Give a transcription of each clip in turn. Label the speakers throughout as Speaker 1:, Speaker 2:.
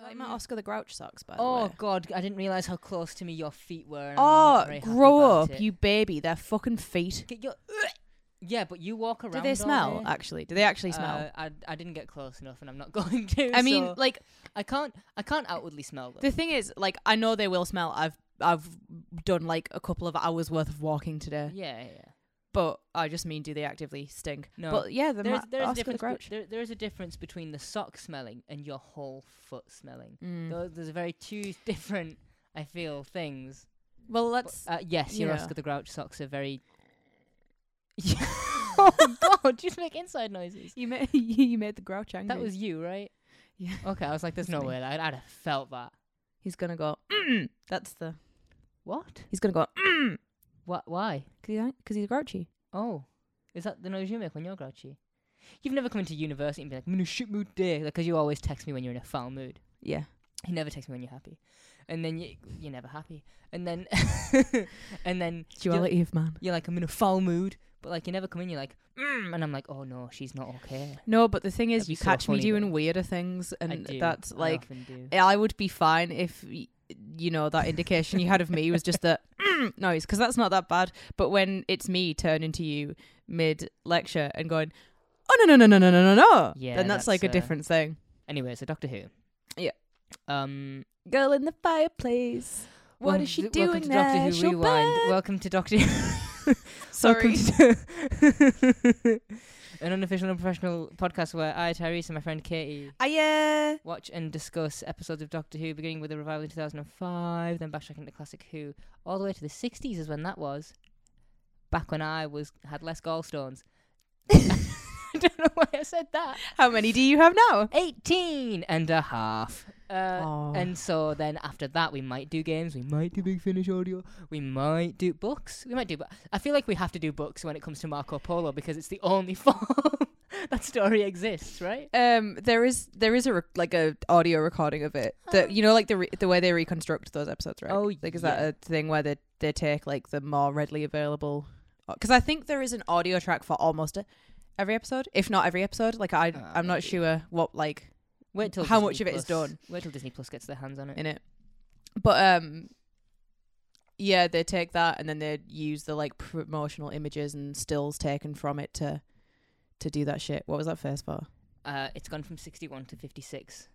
Speaker 1: got him at Oscar the Grouch socks, by the
Speaker 2: Um, Oh
Speaker 1: way.
Speaker 2: God, I didn't realize how close to me your feet were. and I'm not
Speaker 1: Oh,
Speaker 2: very happy
Speaker 1: grow
Speaker 2: about
Speaker 1: up,
Speaker 2: it.
Speaker 1: you baby. They're fucking feet.
Speaker 2: Get your. Yeah, but you walk around.
Speaker 1: Do they
Speaker 2: all
Speaker 1: smell,
Speaker 2: day.
Speaker 1: actually? Do they actually smell?
Speaker 2: Uh, I I didn't get close enough, and I'm not going to.
Speaker 1: I mean,
Speaker 2: Uh, so
Speaker 1: like,
Speaker 2: I can't I can't outwardly smell them.
Speaker 1: the thing is, like, I know they will smell. I've I've done like a couple of hours worth of walking today,
Speaker 2: yeah, yeah.
Speaker 1: but I just mean, do they actively stink?
Speaker 2: No.
Speaker 1: But yeah, the
Speaker 2: There's
Speaker 1: ma-
Speaker 2: there's a
Speaker 1: Oscar the
Speaker 2: difference.
Speaker 1: Grouch.
Speaker 2: be- There, there is a difference between the sock smelling and your whole foot smelling.
Speaker 1: Mm.
Speaker 2: Tho- There's a very two different, I feel, things.
Speaker 1: Well,
Speaker 2: But,
Speaker 1: let's.
Speaker 2: uh, yes, your
Speaker 1: yeah.
Speaker 2: Oscar the Grouch socks are very. oh God! Just make inside noises.
Speaker 1: You made you made the Grouch angry.
Speaker 2: That was you, right?
Speaker 1: Yeah.
Speaker 2: Okay, I was like, "There's
Speaker 1: That's
Speaker 2: no
Speaker 1: me.
Speaker 2: way." I'd, I'd have felt that.
Speaker 1: He's gonna go. Mm. That's the.
Speaker 2: What?
Speaker 1: He's gonna go. Mm.
Speaker 2: What? Why?
Speaker 1: Cause, he, cause he's grouchy.
Speaker 2: Oh, is that the noise you make when you're grouchy? You've never come into university and been like, "I'm in a shit mood today," because you always text me when you're in a foul mood.
Speaker 1: Yeah.
Speaker 2: You never text me when you're happy, and then you you're never happy, and then and then
Speaker 1: Duality of man.
Speaker 2: you're like, "I'm in a foul mood," but like you never come in. You're like, mm, and I'm like, "Oh no, she's not okay."
Speaker 1: No, but the thing is,
Speaker 2: That'd be
Speaker 1: you
Speaker 2: so
Speaker 1: catch me
Speaker 2: funny,
Speaker 1: doing
Speaker 2: though.
Speaker 1: weirder things,
Speaker 2: I
Speaker 1: and
Speaker 2: do.
Speaker 1: that's
Speaker 2: I
Speaker 1: like
Speaker 2: often do.
Speaker 1: I would be fine if y- you know that indication you had of me was just the mm, noise because that's not that bad. But when it's me turning to you mid lecture and going, oh no no no no no no no no,
Speaker 2: Yeah,
Speaker 1: then that's,
Speaker 2: that's,
Speaker 1: like a
Speaker 2: uh,
Speaker 1: different thing.
Speaker 2: Anyway, so Doctor Who.
Speaker 1: Yeah.
Speaker 2: Um.
Speaker 1: Girl in the fireplace. What
Speaker 2: welcome
Speaker 1: is she
Speaker 2: to-
Speaker 1: doing
Speaker 2: welcome to
Speaker 1: there?
Speaker 2: Doctor Who
Speaker 1: She'll
Speaker 2: Rewind.
Speaker 1: burn.
Speaker 2: Welcome to Doctor.
Speaker 1: Sorry.
Speaker 2: Welcome to An unofficial and professional podcast where I, Tyrese, and my friend Katie
Speaker 1: Hiya.
Speaker 2: watch and discuss episodes of Doctor Who, beginning with the revival in 2005, then backtracking to classic Who, all the way to the 60s is when that was. Back when I was had less gallstones. I don't know why I said that.
Speaker 1: How many do you have now?
Speaker 2: 18 and a half. Uh,
Speaker 1: Oh.
Speaker 2: and so then after that, we might do games. We might do Big Finish audio. We might do books. We might do. Bu- I feel like we have to do books when it comes to Marco Polo because it's the only form that story exists, right?
Speaker 1: Um, there is there is a rec- like a audio recording of it that
Speaker 2: Oh.
Speaker 1: you know like the re- the way they reconstruct those episodes, right?
Speaker 2: Oh,
Speaker 1: like is
Speaker 2: yeah.
Speaker 1: that a thing where they they take like the more readily available? Because I think there is an audio track for almost e- every episode, if not every episode. Like I
Speaker 2: Ah,
Speaker 1: I'm not
Speaker 2: maybe.
Speaker 1: sure what like
Speaker 2: Wait till
Speaker 1: How
Speaker 2: Disney
Speaker 1: much of it is
Speaker 2: Plus-
Speaker 1: done?
Speaker 2: Wait till Disney Plus gets their hands on it.
Speaker 1: in it, but um, yeah, they take that and then they use the like promotional images and stills taken from it to to do that shit. What was that first for?
Speaker 2: Uh, it's gone from 61 to 56.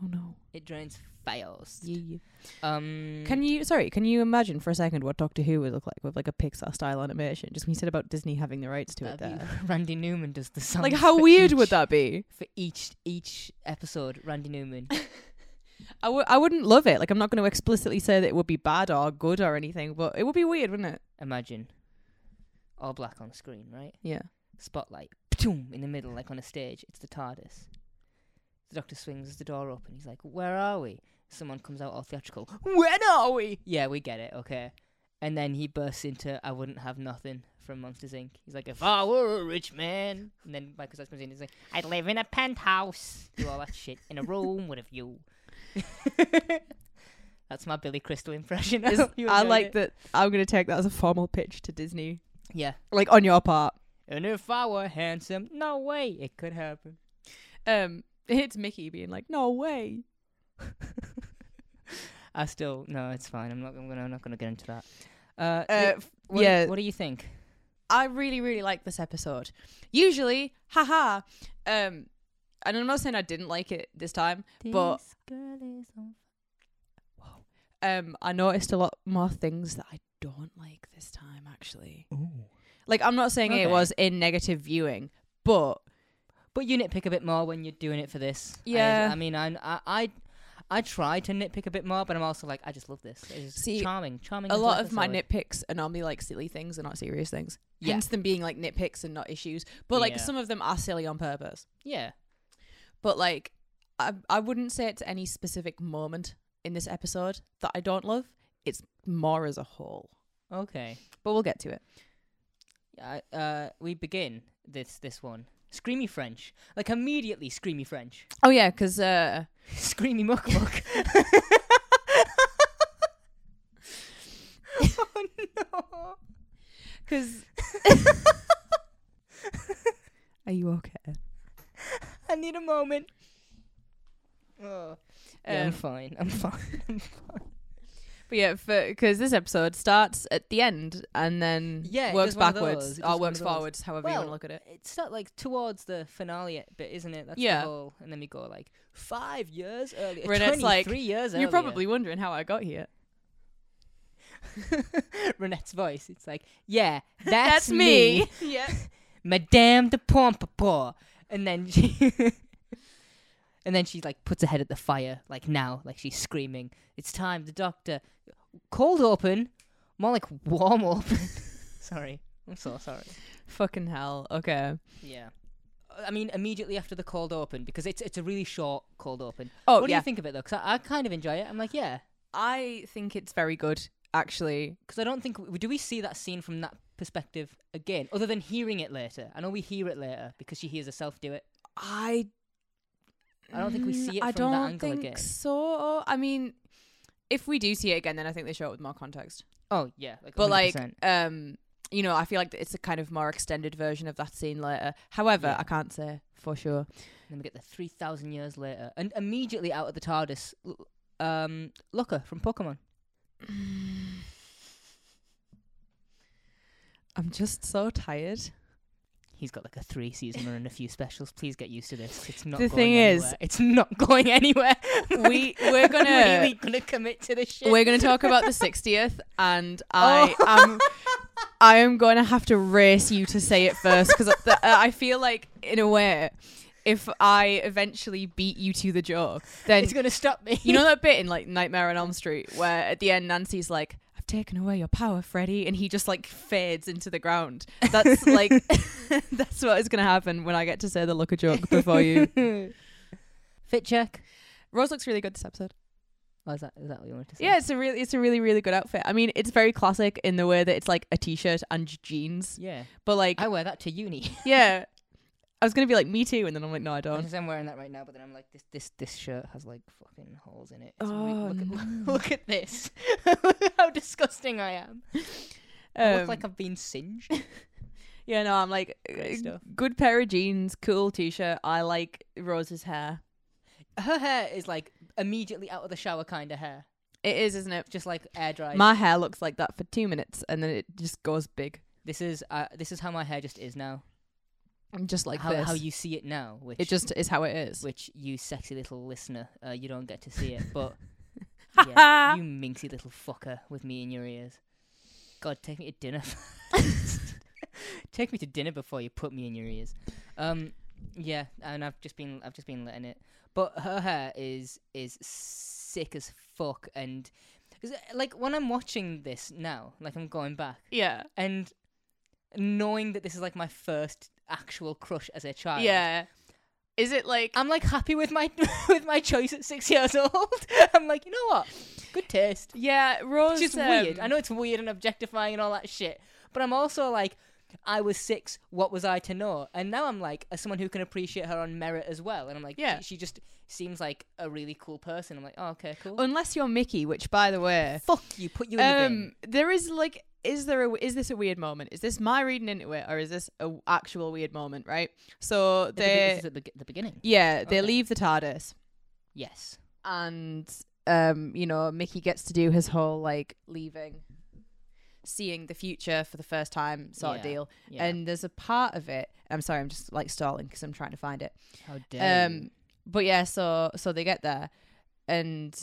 Speaker 1: Oh no!
Speaker 2: It drains fast.
Speaker 1: Yeah, yeah.
Speaker 2: Um,
Speaker 1: Can you sorry, can you imagine for a second what Doctor Who would look like with like a Pixar style animation? Just when you said about Disney having the rights to it
Speaker 2: that'd be-
Speaker 1: there.
Speaker 2: Randy Newman does the sound.
Speaker 1: Like how
Speaker 2: for
Speaker 1: weird would
Speaker 2: each-
Speaker 1: that be?
Speaker 2: for each each episode? Randy Newman
Speaker 1: I w- I wouldn't love it. Like I'm not going to explicitly say that it would be bad or good or anything, but it would be weird, wouldn't it?
Speaker 2: imagine all black on screen, right?
Speaker 1: Yeah.
Speaker 2: Spotlight, ptoom, in the middle, like on a stage. It's the TARDIS. The Doctor swings the door open. He's like, "Where are we?" Someone comes out all theatrical. When are we? Yeah, we get it. Okay. And then he bursts into "I wouldn't have nothing" from Monsters Inc. He's like, "If I were a rich man," and then Michael Jackson comes in. He's like, "I'd live in a penthouse, do all that shit in a room with a view." That's my Billy Crystal impression.
Speaker 1: Is-
Speaker 2: hope you
Speaker 1: I
Speaker 2: enjoyed
Speaker 1: like
Speaker 2: it.
Speaker 1: that I'm going to take that as a formal pitch to Disney.
Speaker 2: Yeah.
Speaker 1: Like on your part.
Speaker 2: And if I were handsome, no way it could happen.
Speaker 1: Um it's Mickey being like, "No way."
Speaker 2: I still no, it's fine. I'm not. I'm gonna. I'm not gonna get into that. Uh,
Speaker 1: Uh,
Speaker 2: th- what,
Speaker 1: yeah.
Speaker 2: What do you think?
Speaker 1: I really, really like this episode. Usually, haha. Um, and I'm not saying I didn't like it this time, But- um, I noticed a lot more things that I don't like this time. Actually, like I'm not saying it
Speaker 2: Okay.
Speaker 1: was in negative viewing, but
Speaker 2: But you nitpick a bit more when you're doing it for this. I-
Speaker 1: Yeah.
Speaker 2: I, mean, I, I, I, I try to nitpick a bit more, but I'm also like, I just love this. It's
Speaker 1: See,
Speaker 2: charming, charming.
Speaker 1: a
Speaker 2: little
Speaker 1: lot of my
Speaker 2: episode.
Speaker 1: nitpicks are normally like silly things and not serious things.
Speaker 2: Yeah.
Speaker 1: Hence them being like nitpicks and not issues. But like
Speaker 2: Yeah.
Speaker 1: some of them are silly on purpose.
Speaker 2: Yeah.
Speaker 1: But like, I I wouldn't say it's any specific moment in this episode that I don't love. It's more as a whole.
Speaker 2: Okay.
Speaker 1: But we'll get to it.
Speaker 2: I, uh, we begin this this one. Screamy French, like immediately screamy French.
Speaker 1: Oh yeah, because uh,
Speaker 2: Screamy muck muck. oh no.
Speaker 1: Because. Are you okay?
Speaker 2: I need a moment. Oh.
Speaker 1: Yeah,
Speaker 2: I'm
Speaker 1: Um,
Speaker 2: fine. I'm fine. I'm fine.
Speaker 1: But yeah, because this episode starts at the end and then
Speaker 2: Yeah, it
Speaker 1: works
Speaker 2: does one of
Speaker 1: backwards
Speaker 2: those. It does
Speaker 1: or
Speaker 2: one
Speaker 1: works
Speaker 2: of those.
Speaker 1: forwards, however you want to
Speaker 2: Well,
Speaker 1: look at it.
Speaker 2: It's not like towards the finale bit, isn't it? That's
Speaker 1: Yeah.
Speaker 2: the whole. And then we go like five years earlier.
Speaker 1: Renette's like,
Speaker 2: three years
Speaker 1: You're
Speaker 2: earlier.
Speaker 1: probably wondering how I got here.
Speaker 2: Renette's voice. It's like, yeah, that's, me.
Speaker 1: me. yeah.
Speaker 2: Madame de Pompadour. And then she And then she like puts her head at the fire, like now, like she's screaming. It's time, the doctor cold open. More like warm open. sorry. I'm so sorry.
Speaker 1: Fucking hell. Okay.
Speaker 2: Yeah. I mean, immediately after the cold open, because it's it's a really short cold open.
Speaker 1: Oh,
Speaker 2: what
Speaker 1: yeah.
Speaker 2: do you think of it though? Because I, I kind of enjoy it. I'm like, yeah,
Speaker 1: I think it's very good, actually.
Speaker 2: because I don't think w- do we see that scene from that perspective again, other than hearing it later. I know we hear it later because she hears herself do it.
Speaker 1: I
Speaker 2: I don't think we
Speaker 1: Mm,
Speaker 2: see it from
Speaker 1: I
Speaker 2: that
Speaker 1: don't
Speaker 2: angle
Speaker 1: think
Speaker 2: again.
Speaker 1: So I mean, if we do see it again, then I think they show it with more context.
Speaker 2: Oh yeah, like
Speaker 1: But like,
Speaker 2: 100%.
Speaker 1: um, you know, I feel like it's a kind of more extended version of that scene later. However,
Speaker 2: Yeah.
Speaker 1: I can't say for sure.
Speaker 2: then we get the three thousand years later, and immediately out of the TARDIS, l- um, Looker from Pokemon.
Speaker 1: I'm just so tired.
Speaker 2: He's got like a three season run and a few specials. Please get used to this. It's not
Speaker 1: The
Speaker 2: going
Speaker 1: thing is-
Speaker 2: anywhere. it's not going anywhere.
Speaker 1: We we're gonna
Speaker 2: I'm really gonna commit to this shit.
Speaker 1: we're gonna talk about the 60th, and I am I am going to have to race you to say it first because I feel like in a way, if I eventually beat you to the joke, then
Speaker 2: It's gonna stop me.
Speaker 1: You know that bit in like Nightmare on Elm Street where at the end Nancy's like, "I've taken away your power, Freddy," and he just like fades into the ground. That's like that's what is going to happen when I get to say the look a joke before you.
Speaker 2: Fit check.
Speaker 1: Rose looks really good this episode.
Speaker 2: Oh, is that is that what you wanted to say?
Speaker 1: Yeah, it's a really it's a really really good outfit. I mean, it's very classic in the way that it's like a t-shirt and j- jeans,
Speaker 2: Yeah.
Speaker 1: but like
Speaker 2: I wear that to uni.
Speaker 1: yeah. I was gonna be like me too, and then I'm like, no, I don't.
Speaker 2: Because I'm wearing that right now, but then I'm like, this this this shirt has like fucking holes in it. It's re-
Speaker 1: Oh,
Speaker 2: look, at,
Speaker 1: no.
Speaker 2: look at this. How disgusting I am. I
Speaker 1: Um,
Speaker 2: look like I've been singed.
Speaker 1: yeah, no, I'm like,
Speaker 2: Great
Speaker 1: uh,
Speaker 2: stuff.
Speaker 1: good pair of jeans, cool t-shirt. I like Rose's hair.
Speaker 2: Her hair is like immediately out of the shower kind of hair,
Speaker 1: It is, isn't it?
Speaker 2: just like air dry.
Speaker 1: My hair looks like that for two minutes and then it just goes big.
Speaker 2: this is uh, this is how my hair just is now.
Speaker 1: I'm just like
Speaker 2: how,
Speaker 1: this.
Speaker 2: how you see it now, which
Speaker 1: it just is how it is.
Speaker 2: which you sexy little listener, uh, you don't get to see it, but yeah,
Speaker 1: Yeah,
Speaker 2: you minxy little fucker with me in your ears. God, take me to dinner. take me to dinner before you put me in your ears. Um, yeah, and I've just been I've just been letting it. But her hair is is sick as fuck, and 'cause, uh, like when I'm watching this now, like I'm going back
Speaker 1: yeah.
Speaker 2: and knowing that this is like my first actual crush as a child.
Speaker 1: Yeah. Um, Is it like
Speaker 2: I'm like happy with my with my choice at six years old. I'm like, you know what? Good taste.
Speaker 1: Yeah, Rose
Speaker 2: It's just
Speaker 1: um,
Speaker 2: weird. I know it's weird and objectifying and all that shit, but I'm also like, I was six. What was I to know? And now I'm like, as someone who can appreciate her on merit as well. And I'm like,
Speaker 1: Yeah.
Speaker 2: she, she just seems like a really cool person. I'm like, oh, okay, cool.
Speaker 1: Unless you're Mickey, which by the way,
Speaker 2: Fuck you. Put you in the bin.
Speaker 1: um there is like is there a is this a weird moment? Is this my reading into it or is this a w- actual weird moment, right? So
Speaker 2: At the be- this
Speaker 1: they
Speaker 2: is at the, be- the beginning.
Speaker 1: yeah, they
Speaker 2: Okay.
Speaker 1: leave the TARDIS
Speaker 2: Yes.
Speaker 1: and um you know mickey gets to do his whole like leaving seeing the future for the first time sort of
Speaker 2: Yeah,
Speaker 1: deal
Speaker 2: Yeah.
Speaker 1: and there's a part of it i'm sorry i'm just like stalling because i'm trying to find it
Speaker 2: how dare you.
Speaker 1: um but yeah so so they get there and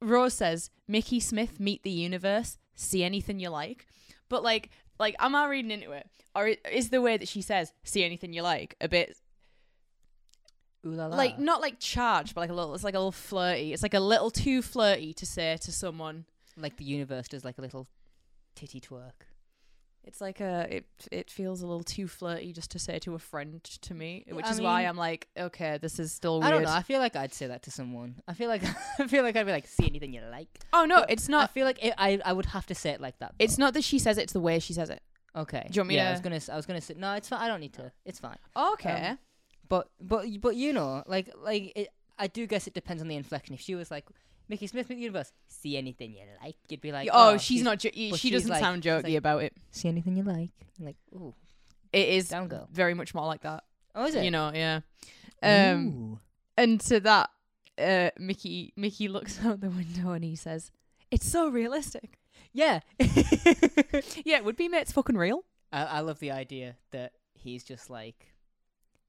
Speaker 1: rose says mickey smith meet the universe see anything you like but like like am i reading into it or i- is the way that she says see anything you like a bit
Speaker 2: Ooh la la.
Speaker 1: like not like charged, but like a little. It's like a little flirty. It's like a little too flirty to say to someone.
Speaker 2: like the universe does like a little titty twerk.
Speaker 1: It's like a it it feels a little too flirty just to say to a friend to me,
Speaker 2: Yeah,
Speaker 1: which
Speaker 2: I
Speaker 1: is why
Speaker 2: mean-
Speaker 1: I'm like, okay, this is still weird.
Speaker 2: I don't know. I feel like I'd say that to someone. I feel like I feel like I'd be like, see anything you like.
Speaker 1: Oh no,
Speaker 2: But
Speaker 1: it's
Speaker 2: I
Speaker 1: not.
Speaker 2: feel like it, I I would have to say it like that.
Speaker 1: It's
Speaker 2: though.
Speaker 1: not that she says it, it's the way she says it.
Speaker 2: okay.
Speaker 1: Do you want me
Speaker 2: yeah,
Speaker 1: to-
Speaker 2: I was gonna s- I was gonna say no. It's fine. I don't need to. It's fine.
Speaker 1: Okay.
Speaker 2: But but but you know, like like it, I do guess it depends on the inflection. If she was like Mickey Smith, Mickey Universe, see anything you like, you'd be like,
Speaker 1: oh, she's, not. Jo-
Speaker 2: but
Speaker 1: she
Speaker 2: she's
Speaker 1: doesn't
Speaker 2: like-
Speaker 1: sound
Speaker 2: she's
Speaker 1: jokey
Speaker 2: like-
Speaker 1: about it.
Speaker 2: see anything you like. I'm like, ooh,
Speaker 1: It is
Speaker 2: down girl.
Speaker 1: very much more like that.
Speaker 2: Oh, is it?
Speaker 1: You know, yeah. Um, and to that, uh, Mickey Mickey looks out the window and he says, "It's so realistic."
Speaker 2: Yeah,
Speaker 1: Yeah, would be mates fucking real.
Speaker 2: I, I love the idea that he's just like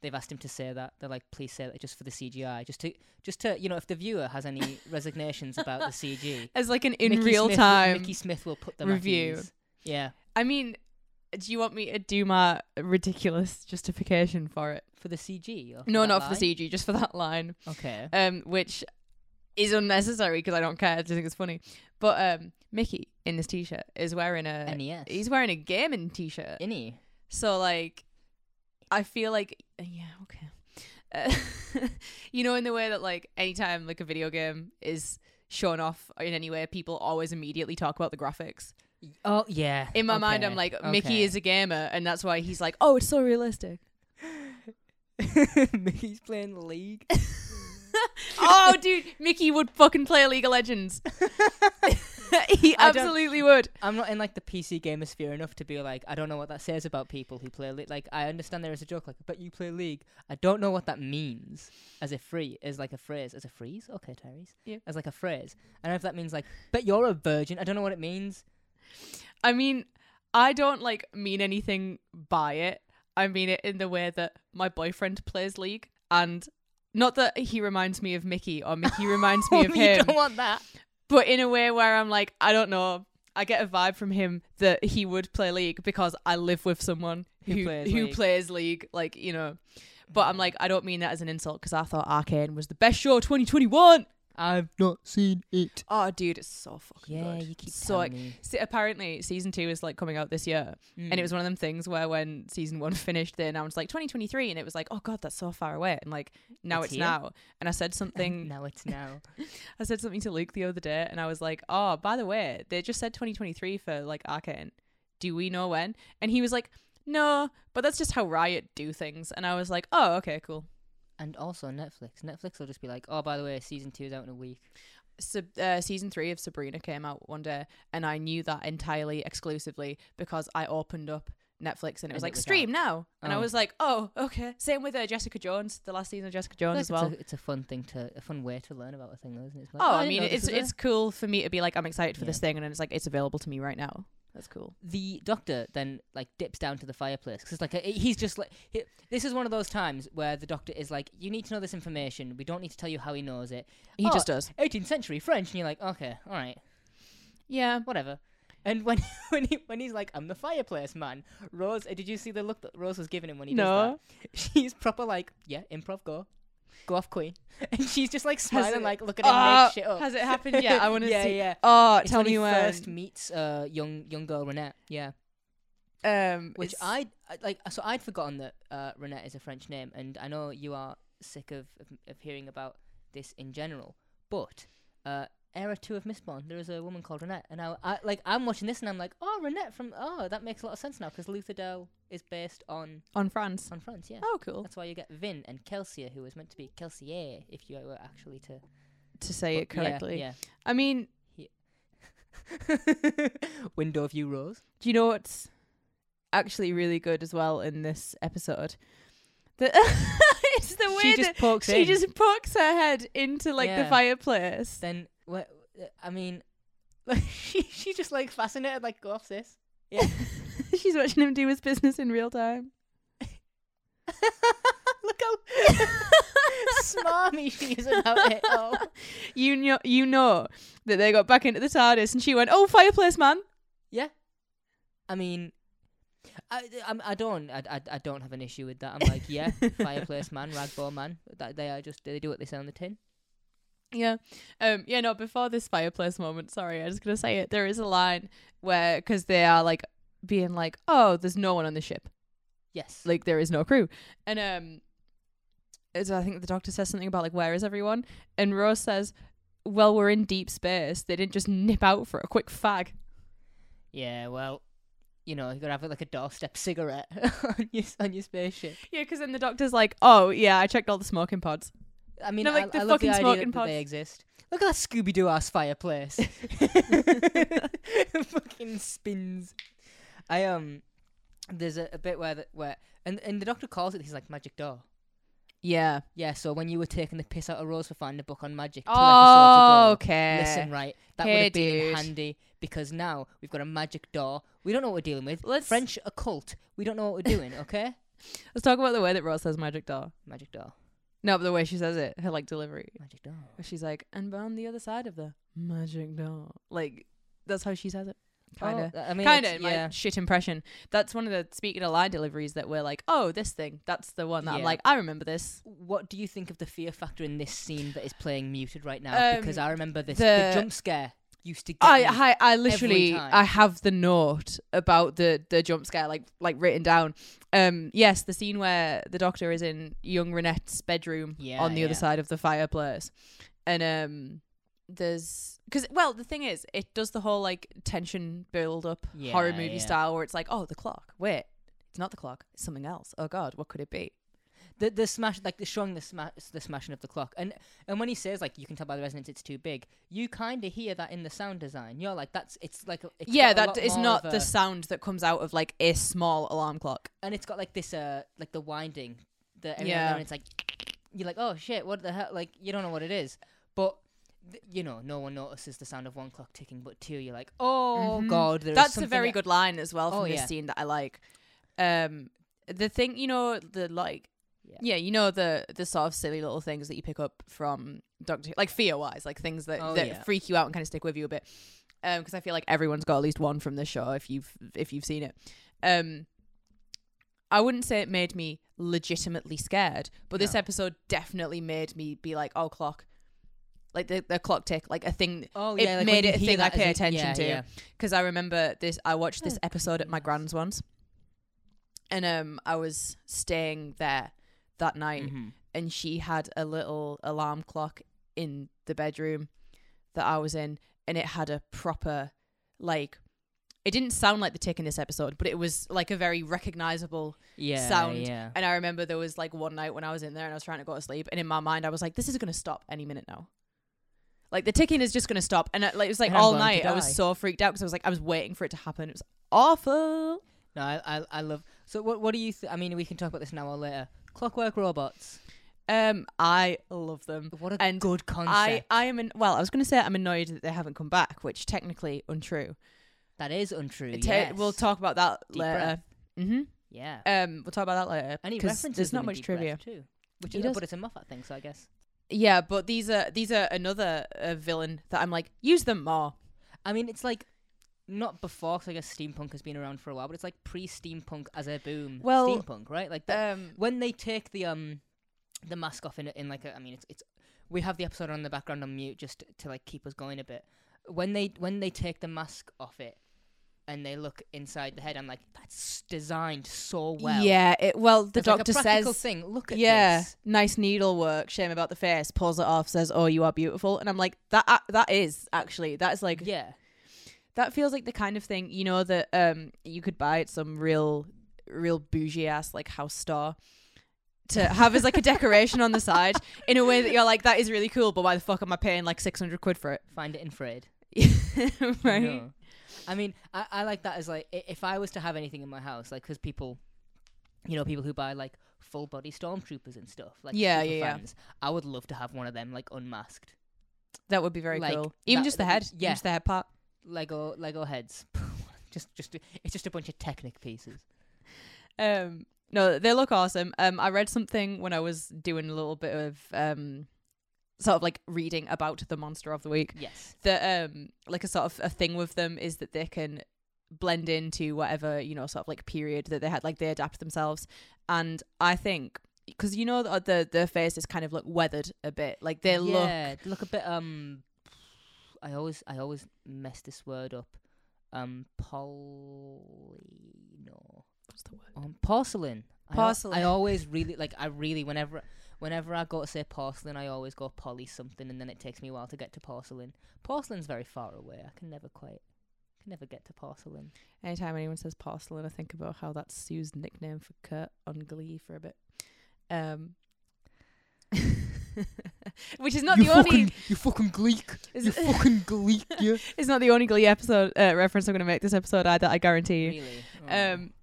Speaker 2: they've asked him to say that. They're like, please say that just for the CGI, just to just to you know if the viewer has any resignations about the CG
Speaker 1: As like an in
Speaker 2: Mickey
Speaker 1: real
Speaker 2: Smith will-
Speaker 1: time
Speaker 2: Mickey Smith will put them at
Speaker 1: review.
Speaker 2: ease. Yeah,
Speaker 1: I mean, do you want me to do my ridiculous justification for it?
Speaker 2: for the CG. Or
Speaker 1: No, not for the CG, just for that line,
Speaker 2: CG. Okay.
Speaker 1: um, which is unnecessary because I don't care. I just think it's funny. But um, Mickey in this t-shirt is wearing a
Speaker 2: NES.
Speaker 1: he's wearing a gaming t-shirt.
Speaker 2: Innie.
Speaker 1: So like, I feel like yeah okay, uh, you know in the way that like anytime like a video game is shown off in any way, people always immediately talk about the graphics.
Speaker 2: Oh yeah.
Speaker 1: In my mind, I'm like Mickey is a gamer, and that's why he's like, oh, it's so realistic.
Speaker 2: Mickey's playing the league.
Speaker 1: oh, dude, Mickey would fucking play League of Legends. he
Speaker 2: I don't-
Speaker 1: absolutely would.
Speaker 2: I'm not in like the PC gamer sphere enough to be like, I don't know what that says about people who play League. Like, I understand there is a joke, like, but you play League. I don't know what that means as a free, as like a phrase, as a phrase. Okay, Tyrese.
Speaker 1: Yeah.
Speaker 2: As like a phrase. I don't know if that means like, but you're a virgin. I don't know what it means.
Speaker 1: I mean, I don't like mean anything by it. I mean it in the way that my boyfriend plays League, and not that he reminds me of Mickey or Mickey reminds me of
Speaker 2: you
Speaker 1: him,
Speaker 2: don't want that.
Speaker 1: but in a way where I'm like, I don't know. I get a vibe from him that he would play League because I live with someone
Speaker 2: Who
Speaker 1: who who
Speaker 2: plays
Speaker 1: plays,
Speaker 2: League.
Speaker 1: League. Mm. like you know. But I'm like, I don't mean that as an insult because I thought Arcane was the best show of 2021.
Speaker 2: I've not seen it.
Speaker 1: Oh, dude, it's so fucking
Speaker 2: Yeah,
Speaker 1: good.
Speaker 2: you keep
Speaker 1: so
Speaker 2: telling
Speaker 1: like,
Speaker 2: me.
Speaker 1: se- apparently season two is like coming out this year, and it
Speaker 2: Mm.
Speaker 1: was one of them things where when season one finished, they announced like 2023, and it was like, oh god, that's so far away, and like now
Speaker 2: It's
Speaker 1: it's,
Speaker 2: here?
Speaker 1: now. And I said
Speaker 2: And
Speaker 1: something,
Speaker 2: Mm. now it's now.
Speaker 1: I said something to Luke the other day, and I was like, oh, by the way, they just said 2023 for like Arcane. Do we know when? And he was like, no, but that's just how Riot do things. And I was like, oh, okay, cool.
Speaker 2: and also Netflix. Netflix will just be like, oh, by the way, season two is out in a week.
Speaker 1: Sub, uh, season three of Sabrina came out one day, and I knew that entirely exclusively because I opened up Netflix and
Speaker 2: And
Speaker 1: it was
Speaker 2: it
Speaker 1: like
Speaker 2: was
Speaker 1: stream now, and I
Speaker 2: Oh.
Speaker 1: was like, oh, okay. Same with uh, Jessica Jones, the last season of Jessica Jones
Speaker 2: Like,
Speaker 1: as well.
Speaker 2: it's, a, it's a fun thing to, a fun way to learn about a thing, though, isn't it? It's like,
Speaker 1: oh,
Speaker 2: I
Speaker 1: I
Speaker 2: didn't
Speaker 1: mean,
Speaker 2: know this
Speaker 1: it's
Speaker 2: was out."
Speaker 1: it's cool for me to be like, I'm excited for
Speaker 2: Yeah.
Speaker 1: this thing, and then it's like it's available to me right now. That's cool.
Speaker 2: the doctor then like dips down to the fireplace because like he's just like he, this is one of those times where the doctor is like you need to know this information we don't need to tell you how he knows it
Speaker 1: He
Speaker 2: Oh,
Speaker 1: just does.
Speaker 2: 18th century french and you're like okay all right
Speaker 1: Yeah.
Speaker 2: whatever and when when he when he's like i'm the fireplace man rose uh, did you see the look that rose was giving him when he
Speaker 1: No.
Speaker 2: does that she's proper like yeah improv go go off queen and she's just like smiling
Speaker 1: it-
Speaker 2: like looking at him
Speaker 1: Ah,
Speaker 2: make shit up
Speaker 1: has it happened yet? I wanna
Speaker 2: yeah,
Speaker 1: see-
Speaker 2: yeah
Speaker 1: Oh,
Speaker 2: It's
Speaker 1: tell
Speaker 2: when
Speaker 1: me
Speaker 2: he
Speaker 1: when.
Speaker 2: first meets uh young young girl renette yeah
Speaker 1: um,
Speaker 2: which
Speaker 1: it's-
Speaker 2: I like. So I'd forgotten that uh, Renette is a French name, and I know you are sick of of, of hearing about this in general. But uh, era two of Mistborn, there is a woman called Renette, and I, I like I'm watching this, and I'm like, oh, Renette from oh, that makes a lot of sense now because Luther Dell is based on
Speaker 1: on France.
Speaker 2: on France, yeah.
Speaker 1: Oh, cool.
Speaker 2: That's why you get Vin and Kelsier, who was meant to be Kelsier if you were actually to
Speaker 1: To say it
Speaker 2: but yeah,
Speaker 1: correctly.
Speaker 2: Yeah.
Speaker 1: I mean,
Speaker 2: Window view rose.
Speaker 1: Do you know what's actually really good as well in this episode? The it's the way
Speaker 2: she
Speaker 1: that
Speaker 2: just pokes
Speaker 1: she
Speaker 2: in.
Speaker 1: just pokes her head into like
Speaker 2: Yeah.
Speaker 1: the fireplace.
Speaker 2: then what i mean like she she just like fascinated like go off this
Speaker 1: She's watching him do his business in real time.
Speaker 2: look how smarmy she is about it oh
Speaker 1: You know, you know that they got back into the TARDIS, and she went, "Oh, fireplace man."
Speaker 2: i mean I, I'm, I don't I, I, I don't have an issue with that. I'm like, yeah, fireplace man, ragball man. That they are just they do what they say on the tin.
Speaker 1: Yeah. Um yeah, no, before this fireplace moment, sorry, I was going to say it. There is a line where cuz they are like being like, "Oh, there's no one on the ship."
Speaker 2: Yes.
Speaker 1: like there is no crew and um as i think the doctor says something about like where is everyone and rose says well we're in deep space they didn't just nip out for a quick fag
Speaker 2: yeah. Well, you know, you gotta have like a doorstep cigarette on your on your spaceship.
Speaker 1: yeah because then the doctor's like oh yeah i checked all the smoking pods
Speaker 2: I mean,
Speaker 1: No, like
Speaker 2: I,
Speaker 1: the
Speaker 2: I love the
Speaker 1: fucking
Speaker 2: idea
Speaker 1: smoking
Speaker 2: that, that they
Speaker 1: pods.
Speaker 2: exist. Look at that Scooby Doo ass fireplace. fucking spins. I um, there's a, a bit where the, where and and the doctor calls it. He's like magic door.
Speaker 1: Yeah.
Speaker 2: Yeah, so when you were taking the piss out of Rose for finding a book on magic two
Speaker 1: Oh,
Speaker 2: episodes ago,
Speaker 1: okay.
Speaker 2: listen, right, that
Speaker 1: Hey,
Speaker 2: would have been
Speaker 1: dude.
Speaker 2: handy because now we've got a magic door. We don't know what we're dealing with.
Speaker 1: Let's-
Speaker 2: French occult. We don't know what we're doing, okay?
Speaker 1: Let's talk about the way that Rose says magic door.
Speaker 2: Magic door.
Speaker 1: No, but the way she says it, her like delivery.
Speaker 2: Magic door.
Speaker 1: Where She's like, and on the other side of the magic door. Like, that's how she says it. Kind of.
Speaker 2: Oh, I mean,
Speaker 1: kind
Speaker 2: it's-
Speaker 1: of, my shit impression. That's one of the speaking of line deliveries that we're like, oh, this thing. That's the one that I'm
Speaker 2: Yeah.
Speaker 1: like, I remember this.
Speaker 2: What do you think of the fear factor in this scene that is playing muted right now? because
Speaker 1: Um,
Speaker 2: I remember this.
Speaker 1: the-
Speaker 2: The, jump scare used to get
Speaker 1: I,
Speaker 2: me.
Speaker 1: I I literally
Speaker 2: time.
Speaker 1: I have the note about the the jump scare like like written down. Um yes, the scene where the doctor is in young Renette's bedroom
Speaker 2: Yeah,
Speaker 1: on the other
Speaker 2: yeah.
Speaker 1: side of the fireplace. And um there's cuz well, the thing is it does the whole like tension build up
Speaker 2: Yeah,
Speaker 1: horror movie
Speaker 2: yeah.
Speaker 1: style where it's like, "Oh, the clock. Wait. It's not the clock. It's something else. Oh god, what could it be?"
Speaker 2: the the smash like the showing the smash the smashing of the clock and and when he says like you can tell by the resonance it's too big you kind of hear that in the sound design you're like that's it's like a- it's got
Speaker 1: yeah,
Speaker 2: a
Speaker 1: that
Speaker 2: lot
Speaker 1: is
Speaker 2: more
Speaker 1: not
Speaker 2: of
Speaker 1: the
Speaker 2: a-
Speaker 1: sound that comes out of like a small alarm clock.
Speaker 2: and it's got like this uh like the winding the
Speaker 1: Yeah.
Speaker 2: yeah and it's like you're like oh shit what the hell like you don't know what it is but th- you know no one notices the sound of one clock ticking but two you're like oh god there's
Speaker 1: Mm-hmm. That's a
Speaker 2: something
Speaker 1: very
Speaker 2: e-
Speaker 1: good line as well from
Speaker 2: Oh,
Speaker 1: this
Speaker 2: yeah.
Speaker 1: scene that I like. Um, the thing, you know, the like, yeah.
Speaker 2: Yeah.
Speaker 1: you know the the sort of silly little things that you pick up from Doctor, Who, like fear wise, like things that
Speaker 2: Oh,
Speaker 1: that
Speaker 2: yeah.
Speaker 1: freak you out and kind of stick with you a bit. Um, because I feel like everyone's got at least one from this show if you've if you've seen it. Um, I wouldn't say it made me legitimately scared, but this
Speaker 2: No.
Speaker 1: episode definitely made me be like, oh, clock. Like the, the clock tick, like a thing
Speaker 2: oh
Speaker 1: it
Speaker 2: yeah like, when
Speaker 1: made
Speaker 2: you
Speaker 1: it a
Speaker 2: hear
Speaker 1: thing I
Speaker 2: that as
Speaker 1: pay
Speaker 2: a-
Speaker 1: attention
Speaker 2: yeah,
Speaker 1: to.
Speaker 2: yeah.
Speaker 1: because I remember this. I watched this
Speaker 2: Oh,
Speaker 1: episode at my
Speaker 2: nice.
Speaker 1: grand's once, and um, I was staying there that night,
Speaker 2: Mhm.
Speaker 1: and she had a little alarm clock in the bedroom that I was in, and it had a proper like. It didn't sound like the tick in this episode, but it was like a very recognizable
Speaker 2: yeah
Speaker 1: sound
Speaker 2: yeah
Speaker 1: and I remember there was like one night when I was in there and I was trying to go to sleep, and in my mind I was like, "This is gonna stop any minute now." Like the ticking is just gonna stop, and uh, like it was like
Speaker 2: And I'm
Speaker 1: all
Speaker 2: going to
Speaker 1: night I
Speaker 2: die.
Speaker 1: was so freaked out because I was like I was waiting for it to happen. It was awful.
Speaker 2: no I, I i love so what what do you th- i mean we can talk about this now or later clockwork robots
Speaker 1: Um, I love them.
Speaker 2: what a
Speaker 1: And
Speaker 2: good concept
Speaker 1: I I am an- well. I was gonna say I'm annoyed that they haven't come back, which technically untrue.
Speaker 2: that is untrue
Speaker 1: It ta-
Speaker 2: yes.
Speaker 1: We'll talk about that
Speaker 2: Deep
Speaker 1: later.
Speaker 2: breath.
Speaker 1: hmm
Speaker 2: yeah
Speaker 1: Um, we'll talk about that later
Speaker 2: And he
Speaker 1: because
Speaker 2: references
Speaker 1: there's
Speaker 2: them
Speaker 1: not
Speaker 2: in
Speaker 1: much
Speaker 2: Deep Breath
Speaker 1: trivia.
Speaker 2: too, which
Speaker 1: He
Speaker 2: is
Speaker 1: does.
Speaker 2: but it's a Moffat thing, so I guess.
Speaker 1: Yeah, but these are these are another uh, villain that I'm like use them more.
Speaker 2: I mean, it's like not before, so I guess steampunk has been around for a while, but it's like pre-steampunk as a boom.
Speaker 1: Well,
Speaker 2: steampunk, right? Like that,
Speaker 1: Um,
Speaker 2: when they take the um the mask off in in like a, I mean, it's it's we have the episode on the background on mute just to like keep us going a bit. When they when they take the mask off it and they look inside the head, I'm like, that's designed so well.
Speaker 1: Yeah, it, well, the
Speaker 2: It's like
Speaker 1: doctor
Speaker 2: a practical
Speaker 1: says,
Speaker 2: thing. Look at
Speaker 1: yeah,
Speaker 2: this.
Speaker 1: nice needlework, shame about the face, pulls it off, says, oh, you are beautiful. And I'm like, that uh, that is actually, that is like,
Speaker 2: Yeah,
Speaker 1: that feels like the kind of thing, you know, that um you could buy at some real, real bougie ass like house store to have as like a decoration on the side in a way that you're like, that is really cool, but why the fuck am I paying like 600 quid for it?
Speaker 2: find it in Fred.
Speaker 1: right?
Speaker 2: No. I mean, I, I like that as like i- if I was to have anything in my house, like because people, you know, people who buy like full body stormtroopers and stuff, like
Speaker 1: Yeah,
Speaker 2: super
Speaker 1: yeah, yeah.
Speaker 2: fans, I would love to have one of them like unmasked
Speaker 1: That would be very
Speaker 2: Like,
Speaker 1: cool. Even
Speaker 2: that-
Speaker 1: just the
Speaker 2: that
Speaker 1: head.
Speaker 2: was-
Speaker 1: Yeah.
Speaker 2: yeah.
Speaker 1: Just the head part.
Speaker 2: Lego Lego heads. just just it's just a bunch of Technic pieces.
Speaker 1: um no they look awesome um i read something when i was doing a little bit of um sort of like reading about the monster of the week
Speaker 2: Yes.
Speaker 1: that um like a sort of a thing with them is that they can blend into whatever you know sort of like period that they had like they adapt themselves and i think because you know the, the their faces kind of look weathered a bit like they look
Speaker 2: yeah, they look a bit um. I always I always mess this word up. Um, poly no.
Speaker 1: what's the word?
Speaker 2: Um, porcelain. I al-
Speaker 1: Porcelain.
Speaker 2: I, always really like. I really whenever whenever I go to say porcelain, I always go poly something, and then it takes me a while to get to porcelain. Porcelain's very far away. I can never quite. Can never get to porcelain.
Speaker 1: anytime anyone says porcelain i think about how that's sue's nickname for kurt on glee for a bit um which is not the only
Speaker 2: you fucking gleek.
Speaker 1: Is you it-
Speaker 2: fucking gleek. Yeah.
Speaker 1: It's not the only Glee episode uh, reference
Speaker 2: Um,
Speaker 1: I'm going to make this episode either. I guarantee you.
Speaker 2: Really. Oh.
Speaker 1: Um,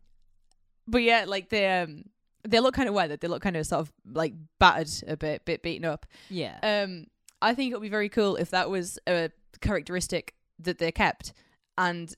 Speaker 1: but yeah, Um, like the um, They look kind of weathered. They look kind of sort of like battered a bit, bit beaten up.
Speaker 2: Oh. Yeah.
Speaker 1: Um, I think it would be very cool if that was a characteristic that they kept, and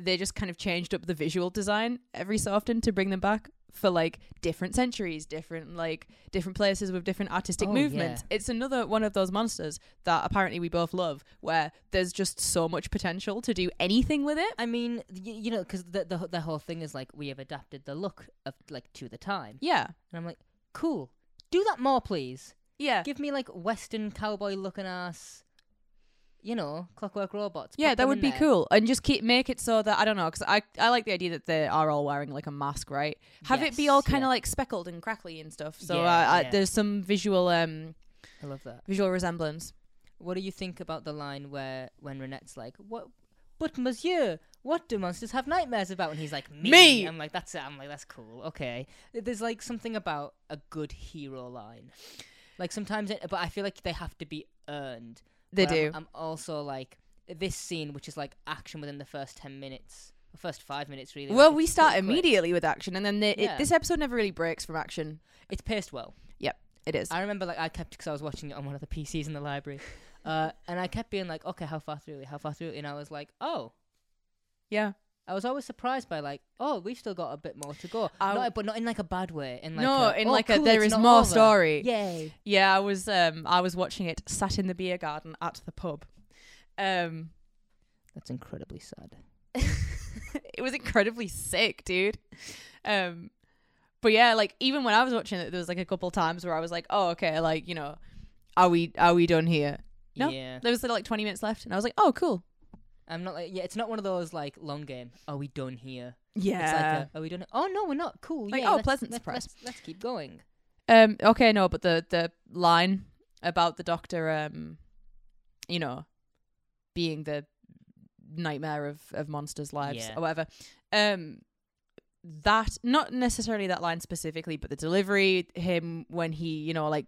Speaker 1: they just kind of changed up the visual design every so often to bring them back for like different centuries, different like different places with different artistic
Speaker 2: Oh,
Speaker 1: movements. It's another one of those monsters that apparently we both love, where there's just so much potential to do anything with it.
Speaker 2: I mean, y- you know, because the, the the whole thing is like we have adapted the look of like to the time,
Speaker 1: Yeah,
Speaker 2: and I'm like, cool, do that more, please.
Speaker 1: yeah,
Speaker 2: Give me like Western cowboy looking ass, you know, clockwork robots.
Speaker 1: yeah.
Speaker 2: Put
Speaker 1: That
Speaker 2: them
Speaker 1: would
Speaker 2: in
Speaker 1: be
Speaker 2: there.
Speaker 1: cool, and just keep make it so that I don't know, because I I like the idea that they are all wearing like a mask, right? Have it be
Speaker 2: Yes,
Speaker 1: all kind of
Speaker 2: yeah.
Speaker 1: like speckled and crackly and stuff. So
Speaker 2: Yeah,
Speaker 1: uh, I,
Speaker 2: yeah.
Speaker 1: there's some visual um
Speaker 2: I love that.
Speaker 1: visual resemblance.
Speaker 2: What do you think about the line where when Renette's like, "What, but Monsieur, what do monsters have nightmares about?" And he's like, "Me."
Speaker 1: Me!
Speaker 2: I'm like, "That's it." I'm like, "That's cool." Okay. There's like something about a good hero line. Like sometimes, it, but I feel like they have to be earned.
Speaker 1: They
Speaker 2: But I'm-
Speaker 1: do.
Speaker 2: I'm, also like this scene, which is like action within the first ten minutes, or first five minutes, really.
Speaker 1: well,
Speaker 2: like,
Speaker 1: we
Speaker 2: it's
Speaker 1: start
Speaker 2: pretty quick.
Speaker 1: immediately with action, and then they,
Speaker 2: Yeah.
Speaker 1: it, this episode never really breaks from action.
Speaker 2: It's paced well.
Speaker 1: It is.
Speaker 2: I remember like I kept because I was watching it on one of the PCs in the library, uh, and I kept being like, "Okay, how far through? How far through?" And I was like, "Oh."
Speaker 1: yeah.
Speaker 2: I was always surprised by like, oh, we've still got a bit more to go.
Speaker 1: I-
Speaker 2: Not- but not in like a bad way. In like
Speaker 1: no,
Speaker 2: a,
Speaker 1: in
Speaker 2: "Oh,
Speaker 1: like a
Speaker 2: cool,
Speaker 1: there
Speaker 2: it's
Speaker 1: is
Speaker 2: not
Speaker 1: more
Speaker 2: over."
Speaker 1: story.
Speaker 2: Yay!
Speaker 1: Yeah, I was um I was watching it sat in the beer garden at the pub. Um
Speaker 2: That's incredibly sad.
Speaker 1: it was incredibly sick, dude. Um but yeah, like even when I was watching it there was like a couple times where I was like, "Oh, okay, like, you know, are we are we done here?" No.
Speaker 2: Yeah,
Speaker 1: There was still like 20 minutes left and I was like, "Oh, cool."
Speaker 2: I'm not like yeah. It's not one of those like long game. Are we done here?
Speaker 1: Yeah.
Speaker 2: It's like, a, are we done? Oh no, we're not. Cool.
Speaker 1: Like,
Speaker 2: yeah,
Speaker 1: oh,
Speaker 2: let's-
Speaker 1: pleasant
Speaker 2: let's-
Speaker 1: surprise.
Speaker 2: Let's, let's keep going.
Speaker 1: Um. Okay. No, but the the line about the doctor, um, you know, being the nightmare of of monsters' lives
Speaker 2: Yeah.
Speaker 1: or whatever, um, that not necessarily that line specifically, but the delivery, him when he, you know, like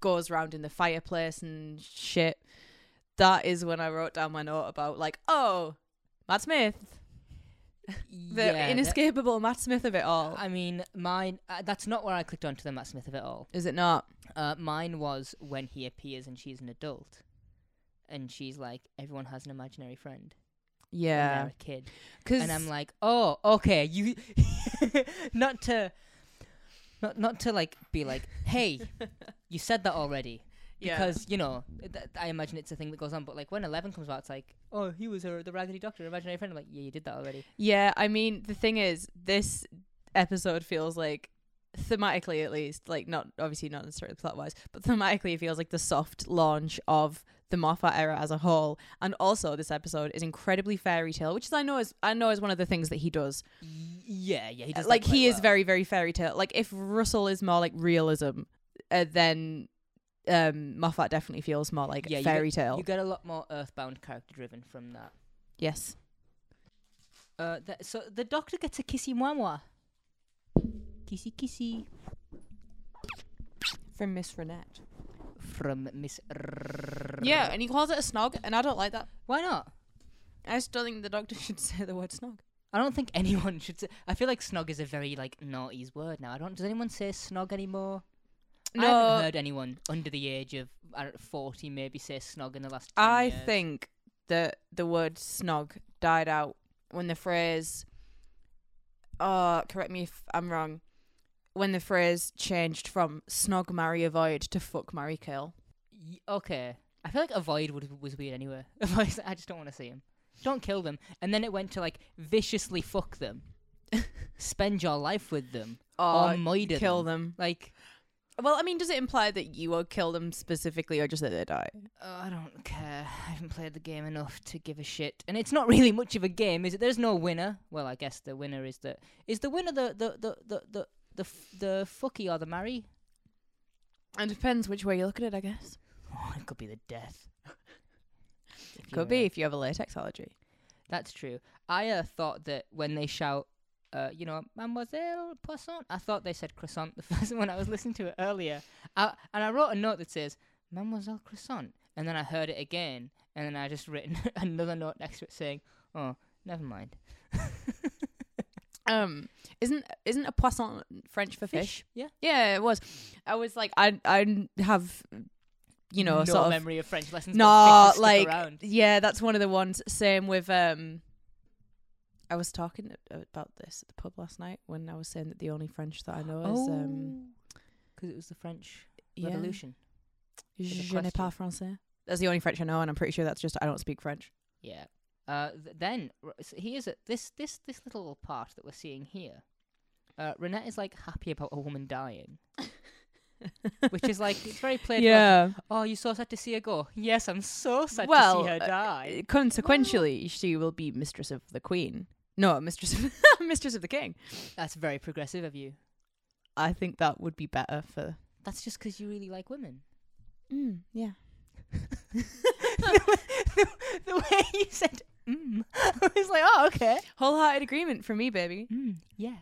Speaker 1: goes round in the fireplace and shit. That is when I wrote down my note about like, oh, Matt Smith, the
Speaker 2: yeah, that-
Speaker 1: inescapable Matt Smith of it all.
Speaker 2: I mean, mine. Uh, that's not where I clicked onto the Matt Smith of it all.
Speaker 1: is it not?
Speaker 2: Uh, mine was when he appears and she's an adult, and she's like, everyone has an imaginary friend. when they're
Speaker 1: Yeah,
Speaker 2: a kid.
Speaker 1: because
Speaker 2: and I'm like, oh, okay, you, not to, not not to like be like, hey, you said that already, because you know, th- I imagine it's a thing that goes on. But like when Eleven comes out, it's like, oh, he was her, the Raggedy Doctor, her imaginary friend. I'm like, yeah, you did that already.
Speaker 1: Yeah, I mean, the thing is, this episode feels like thematically at least like not obviously not necessarily plot wise but thematically it feels like the soft launch of the Moffat era as a whole and also this episode is incredibly fairy tale which is I know is I know is one of the things that he does
Speaker 2: Yeah, yeah, he does. that
Speaker 1: uh, like he
Speaker 2: quite
Speaker 1: is
Speaker 2: well.
Speaker 1: very very fairy tale like if Russell is more like realism uh, then um Moffat definitely feels more like
Speaker 2: Yeah, you get-
Speaker 1: fairy tale
Speaker 2: You get a lot more earthbound character driven from that.
Speaker 1: yes
Speaker 2: Uh, th- so the Doctor gets a kissy mwa kissy kissy
Speaker 1: from Miss Renette
Speaker 2: from Miss.
Speaker 1: yeah and he calls it a snog and I don't like that
Speaker 2: Why not?
Speaker 1: I just don't think the doctor should say the word snog
Speaker 2: I don't think anyone should say. I feel like snog is a very like naughty's word now. I don't. Does anyone say snog anymore? I haven't heard anyone under the age of I don't, forty maybe say snog in the last. 10
Speaker 1: I
Speaker 2: years.
Speaker 1: think that the word snog died out when the phrase, uh, correct me if I'm wrong, when the phrase changed from snog, marry, avoid to fuck, marry, kill.
Speaker 2: Y- okay. I feel like avoid would, was weird anyway. Avoid's- I just don't want to see him. Don't kill them. And then it went to like viciously fuck them, spend your life with them,
Speaker 1: Or
Speaker 2: or murder
Speaker 1: Uh, kill
Speaker 2: them.
Speaker 1: them.
Speaker 2: Like
Speaker 1: Well, I mean, does it imply that you will kill them specifically or just that they die?
Speaker 2: Oh, I don't care. I haven't played the game enough to give a shit. And it's not really much of a game, is it? There's no winner. Well, I guess the winner is the is the winner the the the the the the, f- the fucky or the marry?
Speaker 1: It depends which way you look at it, I guess.
Speaker 2: Oh, it could be the death. If
Speaker 1: Could
Speaker 2: you're,
Speaker 1: be
Speaker 2: uh,
Speaker 1: if you have a latex allergy.
Speaker 2: That's true. I uh, thought that when they shout, uh, you know, Mademoiselle Poisson, I thought they said croissant the first when I was listening to it earlier. I, and I wrote a note that says, Mademoiselle Croissant. And then I heard it again. And then I just written another note next to it saying, oh, never mind.
Speaker 1: Um, isn't isn't a poisson French for fish?
Speaker 2: Yeah.
Speaker 1: Yeah, it was. I was like, I I have, you know,
Speaker 2: no
Speaker 1: sort of
Speaker 2: memory of French lessons.
Speaker 1: No,
Speaker 2: but fish
Speaker 1: like
Speaker 2: stick around.
Speaker 1: yeah, that's one of the ones. Same with um, I was talking a- about this at the pub last night when I was saying that the only French that I know is um,
Speaker 2: because it was the French Oh,
Speaker 1: yeah,
Speaker 2: Revolution.
Speaker 1: Je
Speaker 2: is a
Speaker 1: n'ai pas français. That's the only French I know, and I'm pretty sure that's just I don't speak French.
Speaker 2: Yeah. Uh, th- then r- s- here's a, this this this little part that we're seeing here. Uh, Renette is like happy about a woman dying, which is like it's very played. like, oh, you so sad to see her go. Yes, I'm so sad to
Speaker 1: Well,
Speaker 2: see her
Speaker 1: uh,
Speaker 2: die.
Speaker 1: Consequentially, she will be mistress of the queen. No, mistress of mistress of the king.
Speaker 2: That's very progressive of you.
Speaker 1: I think that would be better for.
Speaker 2: That's just 'cause you really like women.
Speaker 1: Mm, yeah.
Speaker 2: the, the- the way you said mm, I was like, oh, okay.
Speaker 1: Wholehearted agreement from me, baby.
Speaker 2: Mm, yeah.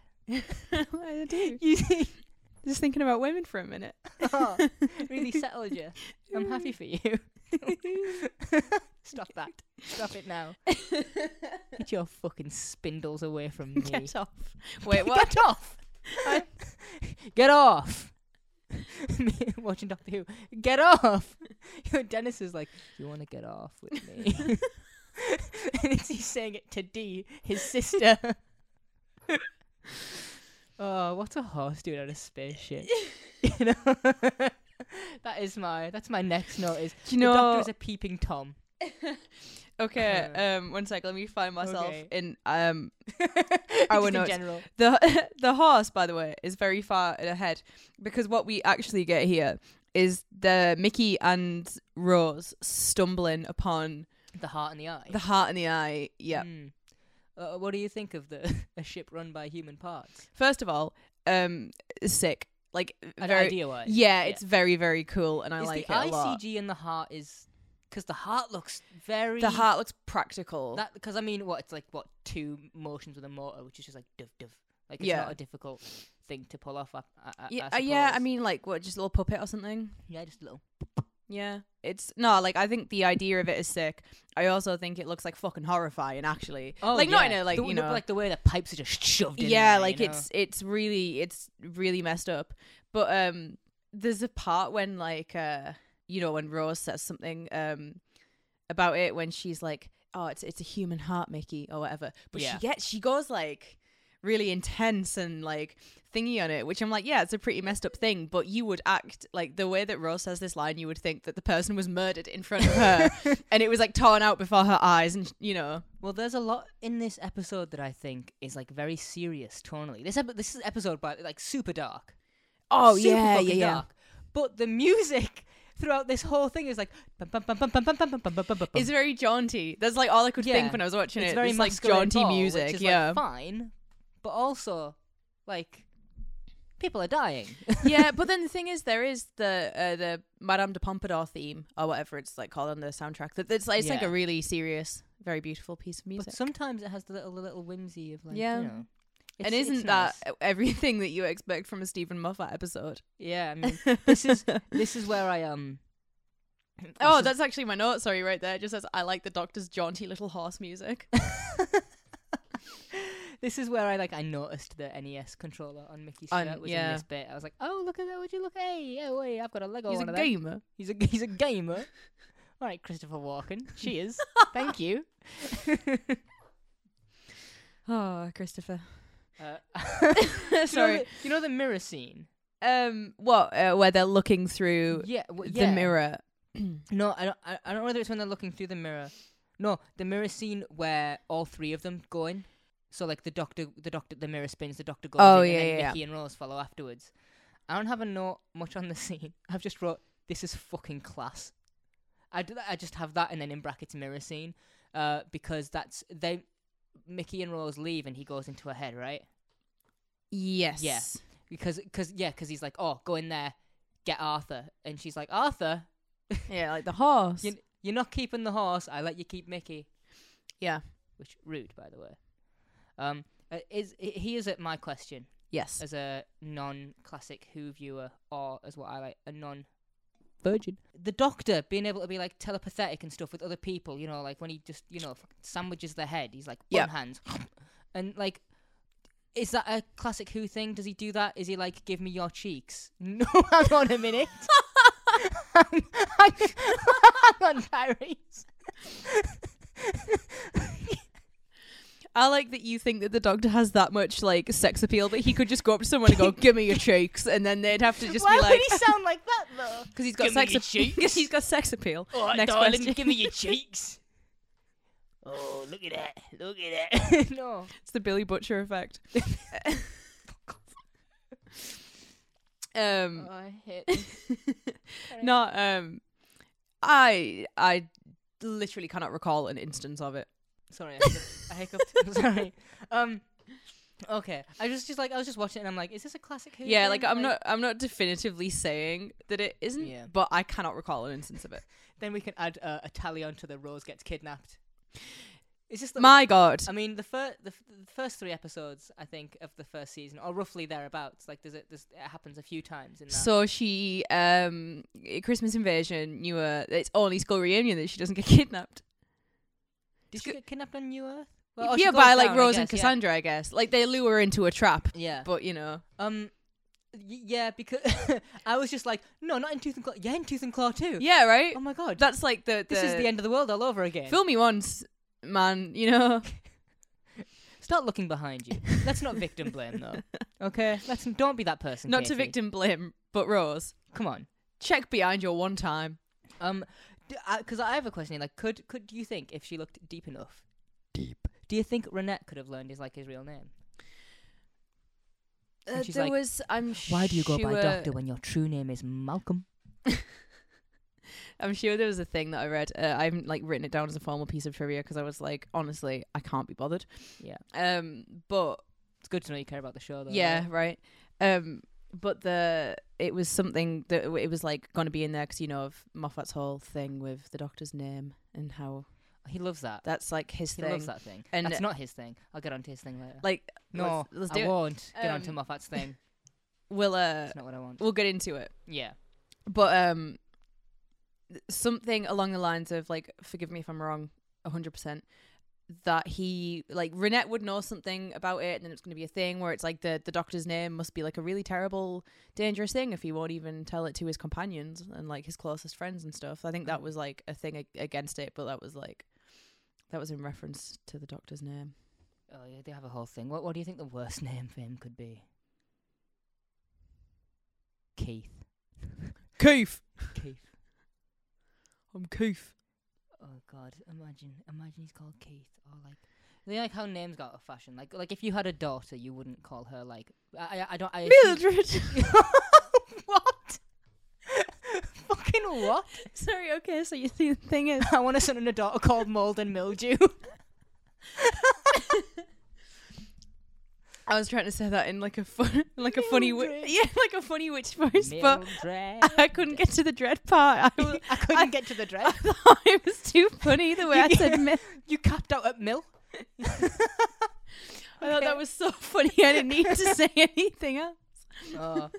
Speaker 1: I do.
Speaker 2: You see,
Speaker 1: Just thinking about women for a minute.
Speaker 2: oh, really settled you. I'm happy for you. Stop that. Stop it now. Get your fucking spindles away from me.
Speaker 1: Get off. Wait, what?
Speaker 2: Get off.
Speaker 1: I-
Speaker 2: Get off. Me Watching Doctor Who. Get off. Your Dennis is like, you want to get off with me? and it's, he's saying it to Dee, his sister. oh, what's a horse doing on a spaceship? you know. That is my that's my next note is
Speaker 1: Do you
Speaker 2: the
Speaker 1: know?
Speaker 2: doctor is a peeping tom.
Speaker 1: okay, um, one sec. Let me find myself
Speaker 2: Uh-huh. Okay.
Speaker 1: in um
Speaker 2: I
Speaker 1: would
Speaker 2: in
Speaker 1: not-
Speaker 2: general.
Speaker 1: the the horse. By the way, is very far ahead because what we actually get here is the Mickey and Rose stumbling upon
Speaker 2: The heart and the eye.
Speaker 1: the heart and the eye. Yeah.
Speaker 2: Mm. Uh, what do you think of the a ship run by human parts?
Speaker 1: First of all, um, sick. Like very.
Speaker 2: idea wise.
Speaker 1: Yeah, it's very very cool, and I
Speaker 2: is
Speaker 1: like
Speaker 2: the
Speaker 1: it a lot.
Speaker 2: ICG in the heart is because the heart looks very
Speaker 1: The heart looks practical.
Speaker 2: that because I mean what it's like what two motions with a motor which is just like dove dove like it's
Speaker 1: Yeah.
Speaker 2: not a difficult thing to pull off. I, I, I,
Speaker 1: yeah,
Speaker 2: I
Speaker 1: uh, yeah. I
Speaker 2: suppose.
Speaker 1: mean, like what, just a little puppet or something.
Speaker 2: yeah, just a little.
Speaker 1: Yeah, it's no, like I think the idea of it is sick. I also think it looks like fucking horrifying, actually. like not in
Speaker 2: Oh, yeah.
Speaker 1: a like
Speaker 2: the,
Speaker 1: you
Speaker 2: the-
Speaker 1: know,
Speaker 2: like the way the pipes are just shoved in.
Speaker 1: yeah,
Speaker 2: there,
Speaker 1: like
Speaker 2: you know?
Speaker 1: it's it's really it's really messed up. But um, there's a part when like uh, you know, when Rose says something um about it when she's like, oh, it's it's a human heart, Mickey, or whatever. But
Speaker 2: Yeah.
Speaker 1: she gets she goes like really intense and like thingy on it which i'm like yeah it's a pretty messed up thing but you would act like the way that rose says this line you would think that the person was murdered in front of her and it was like torn out before her eyes and you know
Speaker 2: Well, there's a lot in this episode that I think is like very serious tonally. This ep- this episode by like super dark.
Speaker 1: oh
Speaker 2: Super fucking dark. But the music throughout this whole thing is like bum, bum, bum, bum, bum, bum, bum, bum, bum, bum, bum,
Speaker 1: It's very jaunty. That's like all I could
Speaker 2: Yeah.
Speaker 1: think when I was watching
Speaker 2: it's
Speaker 1: it.
Speaker 2: very
Speaker 1: It's like
Speaker 2: masculine
Speaker 1: jaunty
Speaker 2: ball,
Speaker 1: music.
Speaker 2: which is,
Speaker 1: yeah.
Speaker 2: like, fine, but also like people are dying.
Speaker 1: yeah, but then the thing is, there is the uh, the Madame de Pompadour theme or whatever it's like called on the soundtrack. That it's, like, it's like
Speaker 2: Yeah.
Speaker 1: a really serious, very beautiful piece of music.
Speaker 2: but sometimes it has the little the little whimsy of like
Speaker 1: Yeah.
Speaker 2: you know. It's,
Speaker 1: and isn't
Speaker 2: it's
Speaker 1: that
Speaker 2: nice.
Speaker 1: everything that you expect from a Stephen Moffat episode?
Speaker 2: yeah? I mean, this is this is where I um.
Speaker 1: oh,
Speaker 2: this
Speaker 1: that's actually my note. Sorry, right there. It just says I like the Doctor's jaunty little horse music.
Speaker 2: This is where I like I noticed the NES controller on Mickey's
Speaker 1: On-
Speaker 2: shirt was
Speaker 1: yeah.
Speaker 2: in this bit. I was like, oh look at that! Would you look? Hey, oh wait, I've got a Lego
Speaker 1: He's a
Speaker 2: one of them.
Speaker 1: gamer.
Speaker 2: He's a he's a gamer. All right, Christopher Walken. Cheers. Thank you.
Speaker 1: Oh, Christopher.
Speaker 2: Uh,
Speaker 1: Sorry.
Speaker 2: You know, the, you know the mirror scene.
Speaker 1: Um, what? Uh, where they're looking through
Speaker 2: Yeah, w-
Speaker 1: the
Speaker 2: yeah.
Speaker 1: mirror.
Speaker 2: No, I don't. I, I don't know whether it's when they're looking through the mirror. No, the mirror scene where all three of them go in. So like the doctor, the doctor, the mirror spins, the doctor goes
Speaker 1: Oh,
Speaker 2: in,
Speaker 1: yeah,
Speaker 2: and then
Speaker 1: yeah, yeah.
Speaker 2: Mickey and Rose follow afterwards. I don't have a note much on the scene. I've just wrote, "This is fucking class." I do that. I just have that, and then in brackets, mirror scene, uh, because that's they. Mickey and Rose leave, and he goes into her head, right?
Speaker 1: Yes.
Speaker 2: Because, cause, yeah, because he's like, "Oh, go in there, get Arthur," and she's like, "Arthur,
Speaker 1: Yeah, like the horse.
Speaker 2: You, you're not keeping the horse. I let you keep Mickey.
Speaker 1: Yeah.
Speaker 2: Which rude, by the way. Um, uh, is i- here's at my question
Speaker 1: yes.
Speaker 2: as a non-classic Who viewer, or as what I like, a non-virgin. The Doctor being able to be like telepathetic and stuff with other people. You know, like when he just you know fucking sandwiches their head. He's like one
Speaker 1: Yeah.
Speaker 2: hands, and like Is that a classic Who thing? Does he do that? Is he like, give me your cheeks? No, hang on a minute. hang, hang- hang on, Tyrese.
Speaker 1: I like that you think that the doctor has that much like sex appeal that he could just go up to someone and go, "Give me your cheeks," and then they'd have to just
Speaker 2: Why
Speaker 1: be
Speaker 2: would
Speaker 1: like,
Speaker 2: he sound like that though?
Speaker 1: "Because he's got
Speaker 2: "Give me
Speaker 1: sex
Speaker 2: your
Speaker 1: appeal."
Speaker 2: cheeks?
Speaker 1: he's got sex appeal.
Speaker 2: Oh,
Speaker 1: Next
Speaker 2: darling,
Speaker 1: question.
Speaker 2: give me your cheeks. Oh, look at that! Look at that! no.
Speaker 1: It's the Billy Butcher effect. um,
Speaker 2: I hate.
Speaker 1: no, um, I I literally cannot recall an instance of it.
Speaker 2: Sorry, I hiccuped. I hiccuped. Sorry. Um. Okay, I was just like I was just watching, it and I'm like, is this a classic? Who
Speaker 1: Yeah, like
Speaker 2: thing?
Speaker 1: I'm not I'm not definitively saying that it isn't,
Speaker 2: Yeah.
Speaker 1: but I cannot recall an instance of it.
Speaker 2: Then we can add uh, a tally onto the Rose gets kidnapped. Is this the
Speaker 1: My God,
Speaker 2: I mean, the first the, f- the first three episodes, I think, of the first season, or roughly thereabouts. Like, there's a, there's, it happens a few times in that.
Speaker 1: So she, um, Christmas Invasion, knew her. It's only school reunion that she doesn't get kidnapped.
Speaker 2: Did
Speaker 1: sc-
Speaker 2: she get kidnapped on New Earth? oh, she
Speaker 1: yeah,
Speaker 2: goes
Speaker 1: by like
Speaker 2: down, I
Speaker 1: Rose and
Speaker 2: guess, yeah.
Speaker 1: Cassandra, I guess. Like they lure her into a trap,
Speaker 2: Yeah.
Speaker 1: but you know,
Speaker 2: Um. y- Yeah, because I was just like, no, not in Tooth and Claw. Yeah, in Tooth and Claw too.
Speaker 1: yeah, right.
Speaker 2: Oh my god.
Speaker 1: That's like the,
Speaker 2: this is the end of the world all over again.
Speaker 1: Film me once, man. You know,
Speaker 2: Start looking behind you. Let's not victim blame though. Okay. Let's don't be that person.
Speaker 1: not to
Speaker 2: Katie.
Speaker 1: victim blame, but Rose,
Speaker 2: Come on.
Speaker 1: check behind your one time.
Speaker 2: Um, because I have a question. Like, could could do you think if she looked deep enough? Deep. Do you think Renette could have learned his like his real name? And she's like,
Speaker 1: was, I'm
Speaker 2: Why do you go by
Speaker 1: sure-
Speaker 2: Doctor when your true name is Malcolm?
Speaker 1: I'm sure there was a thing that I read. Uh, I haven't like written it down as a formal piece of trivia because I was like, honestly, I can't be bothered.
Speaker 2: Yeah.
Speaker 1: Um, but
Speaker 2: It's good to know you care about the show though.
Speaker 1: yeah
Speaker 2: right?
Speaker 1: right um but the it was something that it was like going to be in there 'cause you know of moffat's whole thing with the doctor's name and how
Speaker 2: He loves that.
Speaker 1: that's like his
Speaker 2: he
Speaker 1: thing
Speaker 2: loves that thing.
Speaker 1: And- uh,
Speaker 2: That's not his thing. I'll get onto his thing later.
Speaker 1: like
Speaker 2: no,
Speaker 1: let's- let's do
Speaker 2: I
Speaker 1: it.
Speaker 2: won't get onto
Speaker 1: Um,
Speaker 2: Moffat's thing.
Speaker 1: we'll uh
Speaker 2: That's not what I want.
Speaker 1: we'll get into it
Speaker 2: Yeah.
Speaker 1: but um th- something along the lines of like forgive me if i'm wrong 100% that he like renette would know something about it and then it's going to be a thing where it's like the the doctor's name must be like a really terrible dangerous thing if he won't even tell it to his companions and like his closest friends and stuff i think that was like a thing ag- against it but that was like that was in reference to the doctor's name
Speaker 2: Oh yeah, they have a whole thing. What what do you think the worst name for him could be? Keith.
Speaker 1: keith
Speaker 2: Keith.
Speaker 1: i'm keith
Speaker 2: Oh God! Imagine, imagine he's called Keith or like, they like how names got out of fashion. Like, like if you had a daughter, you wouldn't call her like. I, I, I don't. I assume-
Speaker 1: mildred
Speaker 2: what? Fucking what?
Speaker 1: sorry okay so you see the thing is
Speaker 2: I want a son and a daughter called Mold and Mildew.
Speaker 1: I was trying to say that in like a fun, like a funny, wi-
Speaker 2: Mildred.
Speaker 1: yeah, like a funny witch voice, but
Speaker 2: Mildred.
Speaker 1: I couldn't get to the dread part. I, was,
Speaker 2: I couldn't
Speaker 1: I-
Speaker 2: get to the
Speaker 1: I
Speaker 2: dress.
Speaker 1: thought it was too funny the way I said. Mil-
Speaker 2: You capped out at Mill.
Speaker 1: I thought that
Speaker 2: Okay.
Speaker 1: was so funny. I didn't need to say anything else.
Speaker 2: Oh.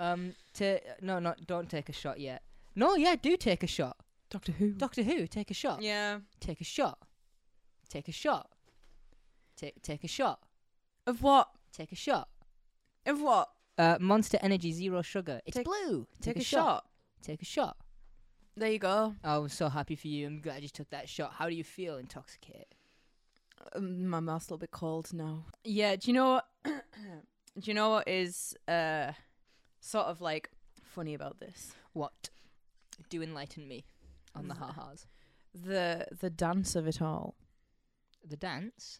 Speaker 2: Um. To no, not don't take a shot yet. No, yeah, do take a shot.
Speaker 1: Doctor Who.
Speaker 2: Doctor Who, take a shot.
Speaker 1: yeah.
Speaker 2: take a shot. Take a shot. Take take a shot.
Speaker 1: Of what?
Speaker 2: Take a shot.
Speaker 1: Of what?
Speaker 2: Uh, Monster Energy Zero Sugar. It's
Speaker 1: Take-
Speaker 2: blue.
Speaker 1: Take, a, shot.
Speaker 2: Take a shot.
Speaker 1: There you go.
Speaker 2: Oh, I'm so happy for you. I'm glad you took that shot. How do you feel, intoxicated?
Speaker 1: Um, my mouth's a little bit cold now. Yeah. Do you know? What, do you know what is uh sort of like funny about this?
Speaker 2: What? Do enlighten me on the ha ha's.
Speaker 1: The the dance of it all.
Speaker 2: The dance.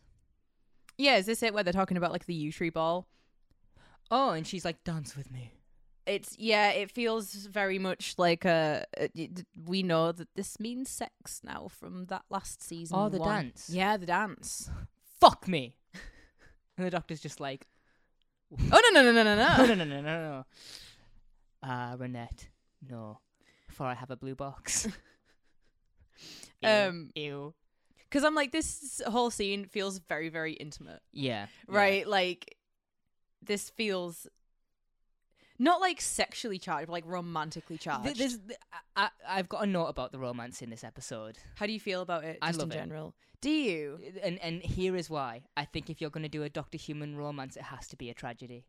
Speaker 1: Yeah, is this it where they're talking about like the U tree ball?
Speaker 2: Oh, and she's like, dance with me.
Speaker 1: It's yeah, it feels very much like uh it- it- we know that this means sex now from that last season.
Speaker 2: Oh, the
Speaker 1: one.
Speaker 2: dance.
Speaker 1: Yeah, the dance.
Speaker 2: Fuck me. and the doctor's just like,
Speaker 1: Oh no no no
Speaker 2: no,
Speaker 1: no no no.
Speaker 2: no, no, no, no, no. Uh, Renette, no. For I have a blue box. Ew,
Speaker 1: Um,
Speaker 2: ew.
Speaker 1: Because I'm like this whole scene feels very very intimate,
Speaker 2: Yeah. yeah.
Speaker 1: right? Like this feels Not like sexually charged, but like romantically charged.
Speaker 2: Th- there's, th- I, I- I've got a note about the romance in this episode,
Speaker 1: How do you feel about it?
Speaker 2: I
Speaker 1: Just
Speaker 2: love
Speaker 1: in
Speaker 2: it.
Speaker 1: general. Do you?
Speaker 2: and and here is why. I think if you're going to do a Doctor Human romance, it has to be a tragedy.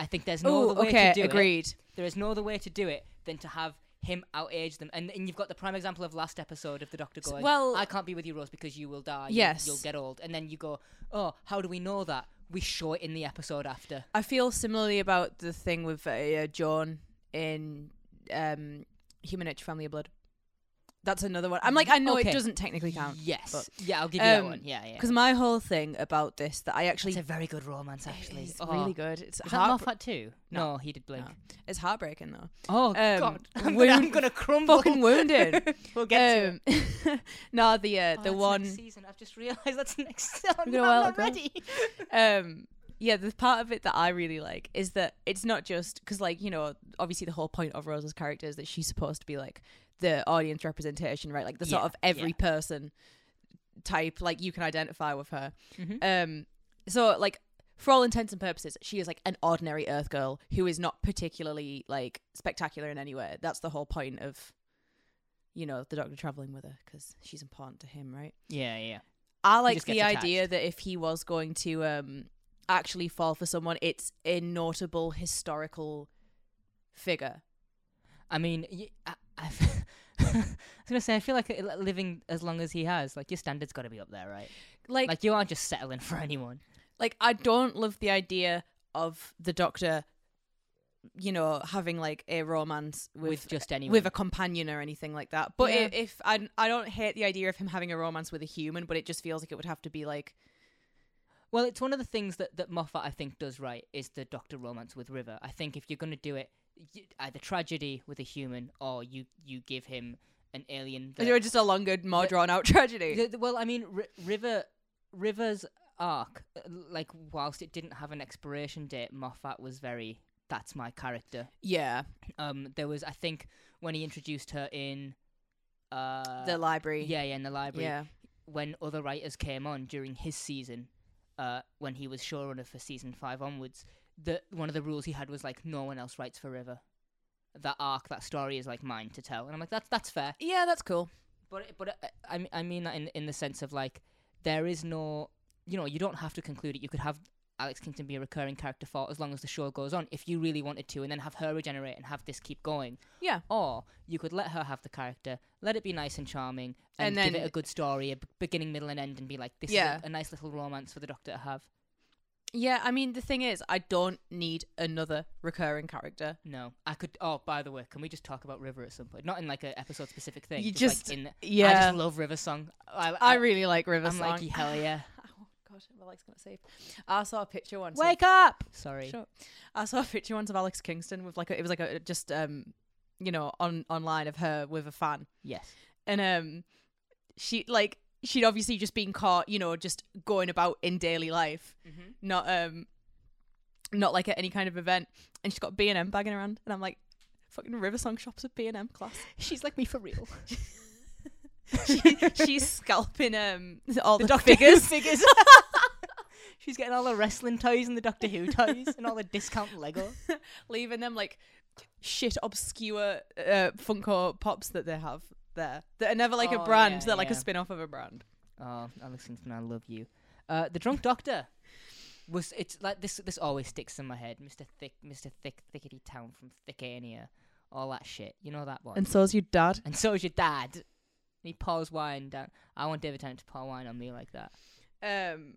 Speaker 2: I think there's no
Speaker 1: Oh,
Speaker 2: other way
Speaker 1: okay,
Speaker 2: to do it.
Speaker 1: agreed.
Speaker 2: There is no other way to do it than to have him outage them. And and you've got the prime example of last episode of the Doctor
Speaker 1: S-
Speaker 2: going,
Speaker 1: well-
Speaker 2: I can't be with you, Rose, because you will die. You-
Speaker 1: Yes.
Speaker 2: You'll get old. And then you go, oh, how do we know that? We show it in the episode after.
Speaker 1: I feel similarly about the thing with uh, uh, John in um, Human Nature Family of Blood. That's another one. I'm like, I know
Speaker 2: Okay.
Speaker 1: it doesn't technically count.
Speaker 2: Yes.
Speaker 1: but-
Speaker 2: yeah, I'll give you that
Speaker 1: Um,
Speaker 2: one. Yeah, yeah.
Speaker 1: Because my whole thing about this that I actually
Speaker 2: It's a very good romance, actually.
Speaker 1: it's
Speaker 2: Oh.
Speaker 1: really good. It's
Speaker 2: Is that
Speaker 1: heart-
Speaker 2: Moffat too?
Speaker 1: No.
Speaker 2: No. he did Blink.
Speaker 1: No. it's heartbreaking though.
Speaker 2: Oh
Speaker 1: Um,
Speaker 2: God, I'm
Speaker 1: wound-
Speaker 2: gonna, I'm gonna crumble.
Speaker 1: Fucking wounded.
Speaker 2: we'll get to it.
Speaker 1: um, no, the uh,
Speaker 2: Oh,
Speaker 1: the
Speaker 2: that's
Speaker 1: one.
Speaker 2: next season. I've just realised that's next. season. I'm
Speaker 1: gonna well
Speaker 2: not
Speaker 1: go.
Speaker 2: ready.
Speaker 1: um yeah the part of it that i really like is that it's not just because like you know obviously the whole point of rose's character is that she's supposed to be like the audience representation right like the sort
Speaker 2: Yeah,
Speaker 1: of every
Speaker 2: yeah.
Speaker 1: person type like you can identify with her
Speaker 2: Mhm.
Speaker 1: um so like for all intents and purposes she is like an ordinary earth girl who is not particularly like spectacular in any way that's the whole point of you know the doctor traveling with her because she's important to him right
Speaker 2: Yeah, yeah.
Speaker 1: I like
Speaker 2: just
Speaker 1: the
Speaker 2: gets attached.
Speaker 1: idea that if he was going to um, actually fall for someone, it's a notable historical figure.
Speaker 2: I mean, y- I, I f- I was gonna say, I feel like uh, li- living as long as he has, like your standards got to be up there, right?
Speaker 1: Like, like,
Speaker 2: Like you aren't just settling for anyone.
Speaker 1: I don't love the idea of the Doctor, you know, having like a romance with
Speaker 2: With just anyone.
Speaker 1: with a companion or anything like that. But
Speaker 2: Yeah.
Speaker 1: if, if I, I don't hate the idea of him having a romance with a human, but it just feels like it would have to be like
Speaker 2: Well, it's one of the things that, that Moffat, I think, does right is the Doctor romance with River. I think if you're going to do it, y either tragedy with a human or you, you give him an alien. That,
Speaker 1: just a longer, more
Speaker 2: the-
Speaker 1: drawn out tragedy.
Speaker 2: The- the- well, I mean, R- River River's arc, uh, like, whilst it didn't have an expiration date, Moffat was very, that's my character.
Speaker 1: yeah,
Speaker 2: Um, There was, I think, when he introduced her in. Uh,
Speaker 1: the library.
Speaker 2: Yeah, yeah, in the library
Speaker 1: yeah.
Speaker 2: when other writers came on during his season, uh, when he was showrunner for season five onwards, the one of the rules he had was like no one else writes forever. That arc, that story is like mine to tell, and I'm like that's that's fair.
Speaker 1: Yeah, that's cool.
Speaker 2: But but uh, I mean- I mean that in in the sense of like there is no you know you don't have to conclude it. You could have Alex Kingston be a recurring character for as long as the show goes on if you really wanted to, and then have her regenerate and have this keep going.
Speaker 1: Yeah.
Speaker 2: Or you could let her have the character, let it be nice and charming,
Speaker 1: And
Speaker 2: and, give
Speaker 1: then-
Speaker 2: it a good story, a b- beginning, middle, and end, and be like, this
Speaker 1: Yeah.
Speaker 2: is a, a nice little romance for the Doctor to have.
Speaker 1: Yeah, I mean the thing is, I don't need another recurring character.
Speaker 2: No, I could. Oh, by the way, can we just talk about River at some point? Not in like an episode specific thing.
Speaker 1: You just-
Speaker 2: like in,
Speaker 1: Yeah,
Speaker 2: I just love River song. I, I,
Speaker 1: really like River
Speaker 2: I'm
Speaker 1: Song.
Speaker 2: like hell yeah.
Speaker 1: oh god, my leg's gonna save. I saw a picture once.
Speaker 2: Wake up!
Speaker 1: of,
Speaker 2: Sorry.
Speaker 1: Shut up. I saw a picture once of Alex Kingston with like a, it was like a just um you know on online of her with a fan
Speaker 2: Yes.
Speaker 1: and um she like she'd obviously just been caught you know just going about in daily life
Speaker 2: Mm-hmm.
Speaker 1: not um not like at any kind of event and she's got b&m bagging around and i'm like fucking river song shops at b&m class
Speaker 2: She's like me for real.
Speaker 1: she, she's scalping um all the,
Speaker 2: Doctor Who
Speaker 1: figures.
Speaker 2: figures. She's getting all the wrestling toys and the Doctor Who toys and all the discount Lego.
Speaker 1: leaving them like shit obscure uh, Funko pops that they have there that are never like a
Speaker 2: Oh,
Speaker 1: brand.
Speaker 2: yeah,
Speaker 1: They're like a
Speaker 2: yeah.
Speaker 1: spin off of a brand.
Speaker 2: Oh, Alex Kingston, I love you. Uh, the Drunk Doctor was it's like this. This always sticks in my head, Mister Thick, Mister Thick, Thickety Town from Thickania, all that shit. You know that one.
Speaker 1: And so's your dad.
Speaker 2: And so is your dad. And he pours wine down. I want David Tennant to pour wine on me like that.
Speaker 1: Um,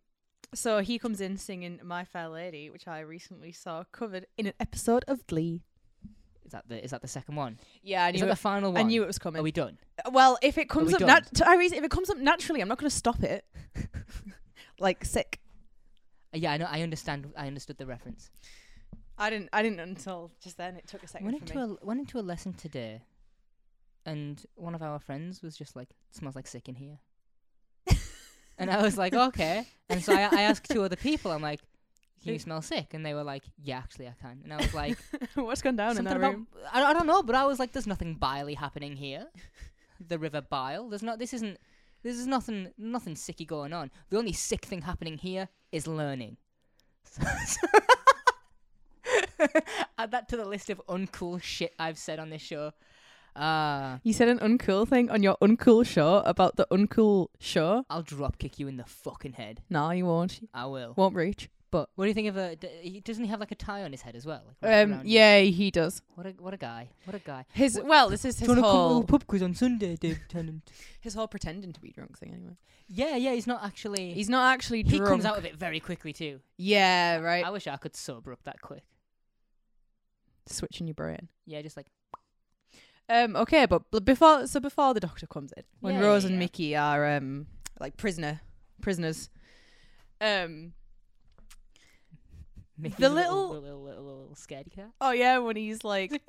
Speaker 1: so he comes in singing "My Fair Lady," which I recently saw covered in an episode of Glee.
Speaker 2: Is that the is that the second one?
Speaker 1: Yeah, I
Speaker 2: Is
Speaker 1: knew.
Speaker 2: that the
Speaker 1: It,
Speaker 2: final
Speaker 1: I
Speaker 2: one?
Speaker 1: knew it was
Speaker 2: Are
Speaker 1: coming.
Speaker 2: we done?
Speaker 1: well, if it comes
Speaker 2: we
Speaker 1: up,
Speaker 2: done?
Speaker 1: nat- Tyrese, if it comes up naturally, I'm not going to stop it. like sick.
Speaker 2: Uh, Yeah, I know. I understand. I understood the reference.
Speaker 1: I didn't. I didn't until just then. It took a second
Speaker 2: went
Speaker 1: for
Speaker 2: into
Speaker 1: me.
Speaker 2: a went into a lesson today, and one of our friends was just like, "Smells like sick in here," and I was like, "Okay." And so I, I asked two other people. I'm like, "Can you smell sick?" And they were like, "Yeah, actually, I can." And I was like,
Speaker 1: What's gone down in
Speaker 2: "Something
Speaker 1: that
Speaker 2: about
Speaker 1: room?
Speaker 2: I, don't- I don't know," but I was like, "There's nothing biley happening here. The river bile. There's not. This isn't." This is nothing, nothing sicky going on. The only sick thing happening here is learning. So- so- Add that to the list of uncool shit I've said on this show. Ah,
Speaker 1: You said an uncool thing on your uncool show about the uncool show.
Speaker 2: I'll drop kick you in the fucking head.
Speaker 1: No, you won't.
Speaker 2: I will.
Speaker 1: Won't reach.
Speaker 2: But what do you think of a? d- He doesn't he have like a tie on his head as well? Like, wrapped
Speaker 1: Um,
Speaker 2: around his-
Speaker 1: yeah, he does.
Speaker 2: What a what a guy. What a guy.
Speaker 1: His well, this is his
Speaker 2: Trying to come
Speaker 1: whole
Speaker 2: to pub quiz on Sunday, Dave Tennant.
Speaker 1: his whole pretending to be drunk thing. Anyway,
Speaker 2: yeah, yeah. He's not actually.
Speaker 1: he's not actually
Speaker 2: he
Speaker 1: drunk.
Speaker 2: comes out of it very quickly too.
Speaker 1: Yeah, right.
Speaker 2: I wish I could sober up that quick.
Speaker 1: Switching your brain.
Speaker 2: Yeah, just like
Speaker 1: Um, okay, but b- before so before the doctor comes in, when
Speaker 2: Yeah,
Speaker 1: Rose
Speaker 2: yeah,
Speaker 1: and
Speaker 2: yeah.
Speaker 1: Mickey are um like prisoner prisoners, um
Speaker 2: Mickey's
Speaker 1: The
Speaker 2: a little
Speaker 1: little-
Speaker 2: little, little, little, little scaredy cat.
Speaker 1: oh yeah, when he's like.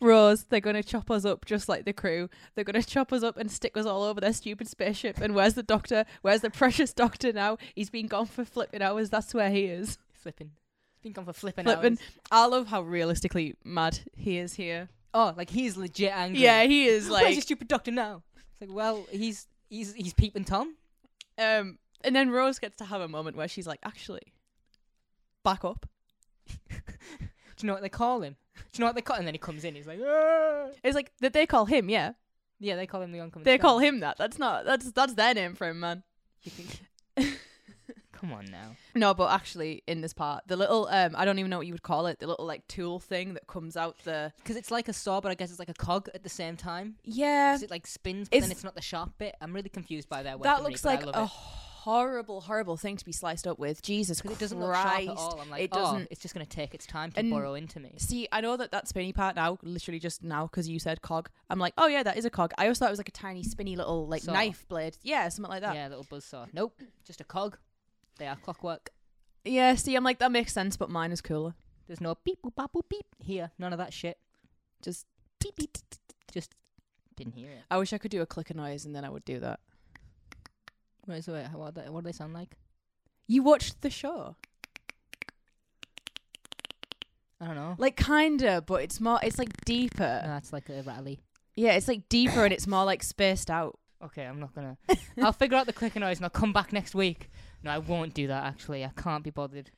Speaker 1: Rose, they're gonna chop us up just like the crew. They're gonna chop us up and stick us all over their stupid spaceship. And where's the doctor? Where's the precious doctor now? He's been gone for flipping hours. That's where he is.
Speaker 2: Flipping. He's been gone for flipping.
Speaker 1: Flippin'.
Speaker 2: hours.
Speaker 1: I love how realistically mad he is here.
Speaker 2: Oh, like he's legit angry.
Speaker 1: Yeah, he is
Speaker 2: Where's your
Speaker 1: like
Speaker 2: stupid doctor now? It's like, well, he's he's he's peeping Tom.
Speaker 1: um and then Rose gets to have a moment where she's like, actually back up.
Speaker 2: Do you know what they call him? Do you know what they call? And then he comes in. He's like, "Ah."
Speaker 1: It's like that they call him, yeah.
Speaker 2: yeah, they call him the oncoming.
Speaker 1: They call him that. That's not that's that's their name for him, man.
Speaker 2: him. Come on now.
Speaker 1: No, but actually in this part, the little um I don't even know what you would call it, the little like tool thing that comes out the
Speaker 2: Because it's like a saw, but I guess it's like a cog at the same time.
Speaker 1: Yeah.
Speaker 2: Because it like spins, but
Speaker 1: It's-
Speaker 2: then it's not the sharp bit. I'm really confused by that.
Speaker 1: That looks like a horrible, horrible thing to be sliced up with. Jesus
Speaker 2: because
Speaker 1: Christ.
Speaker 2: it doesn't look sharp at all. I'm like,
Speaker 1: It
Speaker 2: oh,
Speaker 1: doesn't-
Speaker 2: it's just gonna take its time to
Speaker 1: And-
Speaker 2: burrow into me.
Speaker 1: See, I know that that spinny part now, literally just now, because you said cog. I'm like, oh yeah, that is a cog. I always thought it was like a tiny spinny little like
Speaker 2: Saw.
Speaker 1: knife blade. Yeah, something like that. Yeah.
Speaker 2: Yeah, little buzz saw. Nope, just a cog. They are clockwork.
Speaker 1: see, I'm like that makes sense, but mine is cooler.
Speaker 2: There's no beep boop bop boop beep here. None of that shit.
Speaker 1: Just
Speaker 2: Beep beep. t- t- t- Just didn't hear it.
Speaker 1: I wish I could do a clicker noise and then I would do that.
Speaker 2: Wait, so wait, how, what, do- what do they sound like?
Speaker 1: You watched the show,
Speaker 2: I don't know.
Speaker 1: like kinda, but it's more. It's like
Speaker 2: No,
Speaker 1: deeper.
Speaker 2: that's like a rally.
Speaker 1: Yeah, it's like deeper and it's more like spaced out.
Speaker 2: Okay, I'm not gonna. I'll figure out the clicker noise and I'll come back next week. No, I won't do that. Actually, I can't be bothered.